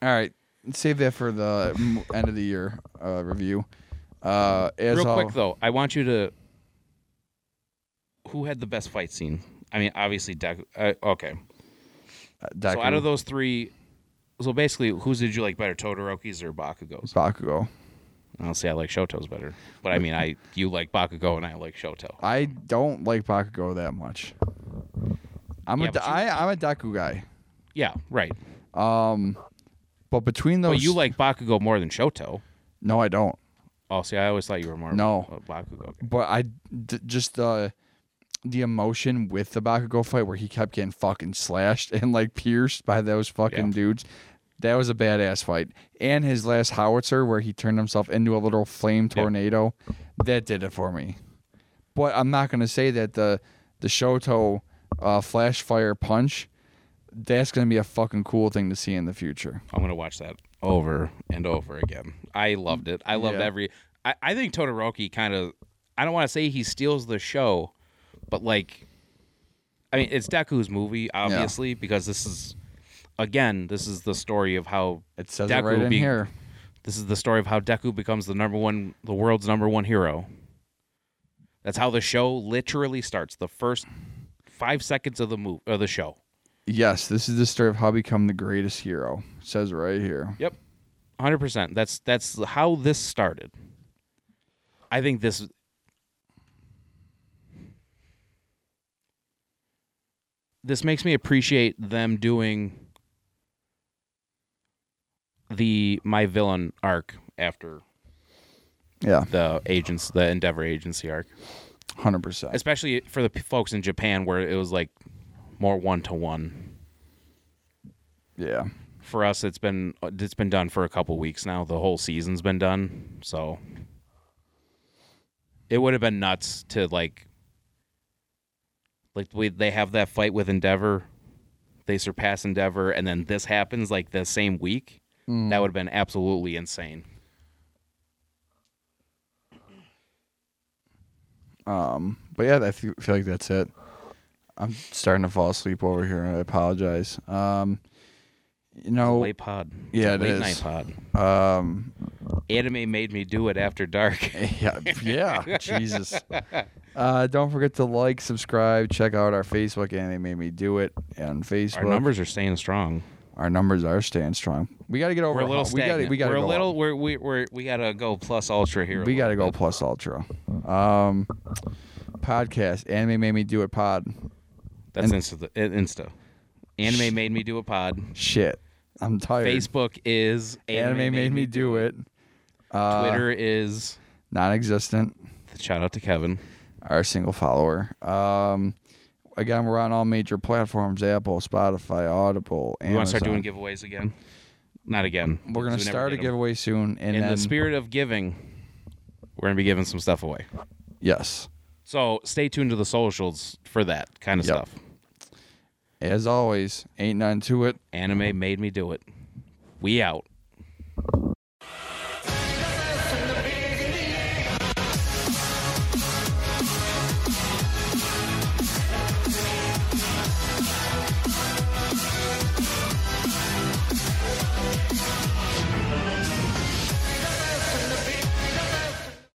S2: All right, save that for the m- end of the year uh, review. Uh, as
S3: Real
S2: all-
S3: quick though, I want you to. Who had the best fight scene? I mean, obviously Deku. Uh, okay,
S2: uh,
S3: so
S2: Deku,
S3: out of those three, so basically, whose did you like better, Todoroki's or Bakugo's?
S2: Bakugo,
S3: I'll say I like Shoto's better, but I mean, I you like Bakugo and I like Shoto.
S2: I don't like Bakugo that much. I'm
S3: Yeah,
S2: a
S3: but you-
S2: I, I'm a Deku guy,
S3: Yeah, right.
S2: but between those,
S3: But you like Bakugo more than Shoto.
S2: no, I don't.
S3: Oh, see, I always thought you were more
S2: No.
S3: of Bakugo. Okay.
S2: but I d- just uh, the emotion with the Bakugo fight where he kept getting fucking slashed and like pierced by those fucking
S3: Yeah.
S2: dudes. That was a badass fight. And his last howitzer where he turned himself into a little flame tornado, that did it for me. But I'm not gonna say that the the Shoto uh, flash fire punch that's gonna be a fucking cool thing to see in the future.
S3: I'm gonna watch that over and over again. I loved it. I loved
S2: Yeah.
S3: every. I, I think Todoroki kind of. I don't want to say he steals the show, but like, I mean, it's Deku's movie, obviously, because this is, again, this is the story of how
S2: It says it
S3: Deku
S2: right in
S3: be-
S2: here.
S3: This is the story of how Deku becomes the number one, the world's number one hero. That's how the show literally starts. The first five seconds of the move of the show.
S2: Yes, this is the story of how I become the greatest hero. It says right here.
S3: Yep, hundred percent. That's that's how this started. I think this. This makes me appreciate them doing the my villain arc after
S2: Yeah,
S3: the agents the Endeavor agency arc.
S2: hundred percent.
S3: especially for the p- folks in Japan where it was like more one to one.
S2: Yeah,
S3: For us, it's been uh, it's been done for a couple weeks now. The whole season's been done, so it would have been nuts to like like we, they have that fight with Endeavor, they surpass Endeavor, and then this happens like the same week.
S2: Mm.
S3: That would have been absolutely insane.
S2: Um, but yeah, I fe- feel like that's it. I'm starting to fall asleep over here. I apologize. Um, you know,
S3: Late pod,
S2: Oh, Yeah, it
S3: late
S2: is.
S3: night pod.
S2: um,
S3: Anime made me do it after dark.
S2: yeah, yeah, Jesus. Uh, don't forget to like, subscribe, check out our Facebook. And they made me do it on Facebook.
S3: Our numbers are staying strong.
S2: our numbers are staying strong. We got to get over.
S3: We're a little
S2: we got
S3: stagnant.
S2: to. We got to
S3: we're
S2: go
S3: a
S2: up.
S3: little. We're, we we're, we gotta go plus ultra here.
S2: We got to go plus ultra. Um, podcast anime made me do it. Pod
S3: That's insta. uh, Insta. Anime made me do a pod.
S2: shit. I'm tired.
S3: Facebook is
S2: anime, made, me do it. Uh,
S3: Twitter is
S2: non-existent.
S3: shout out to Kevin.
S2: our single follower. Um, again, we're on all major platforms: Apple, Spotify, Audible.
S3: We want to start
S2: Amazon.
S3: doing giveaways again. Not again.
S2: We're gonna
S3: because we never
S2: start a
S3: did 'em.
S2: giveaway soon, and
S3: In
S2: then
S3: the spirit of giving, we're gonna be giving some stuff away.
S2: yes,
S3: So stay tuned to the socials for that kind of
S2: Yep.
S3: stuff.
S2: as always, ain't none to it.
S3: Anime made me do it. We out.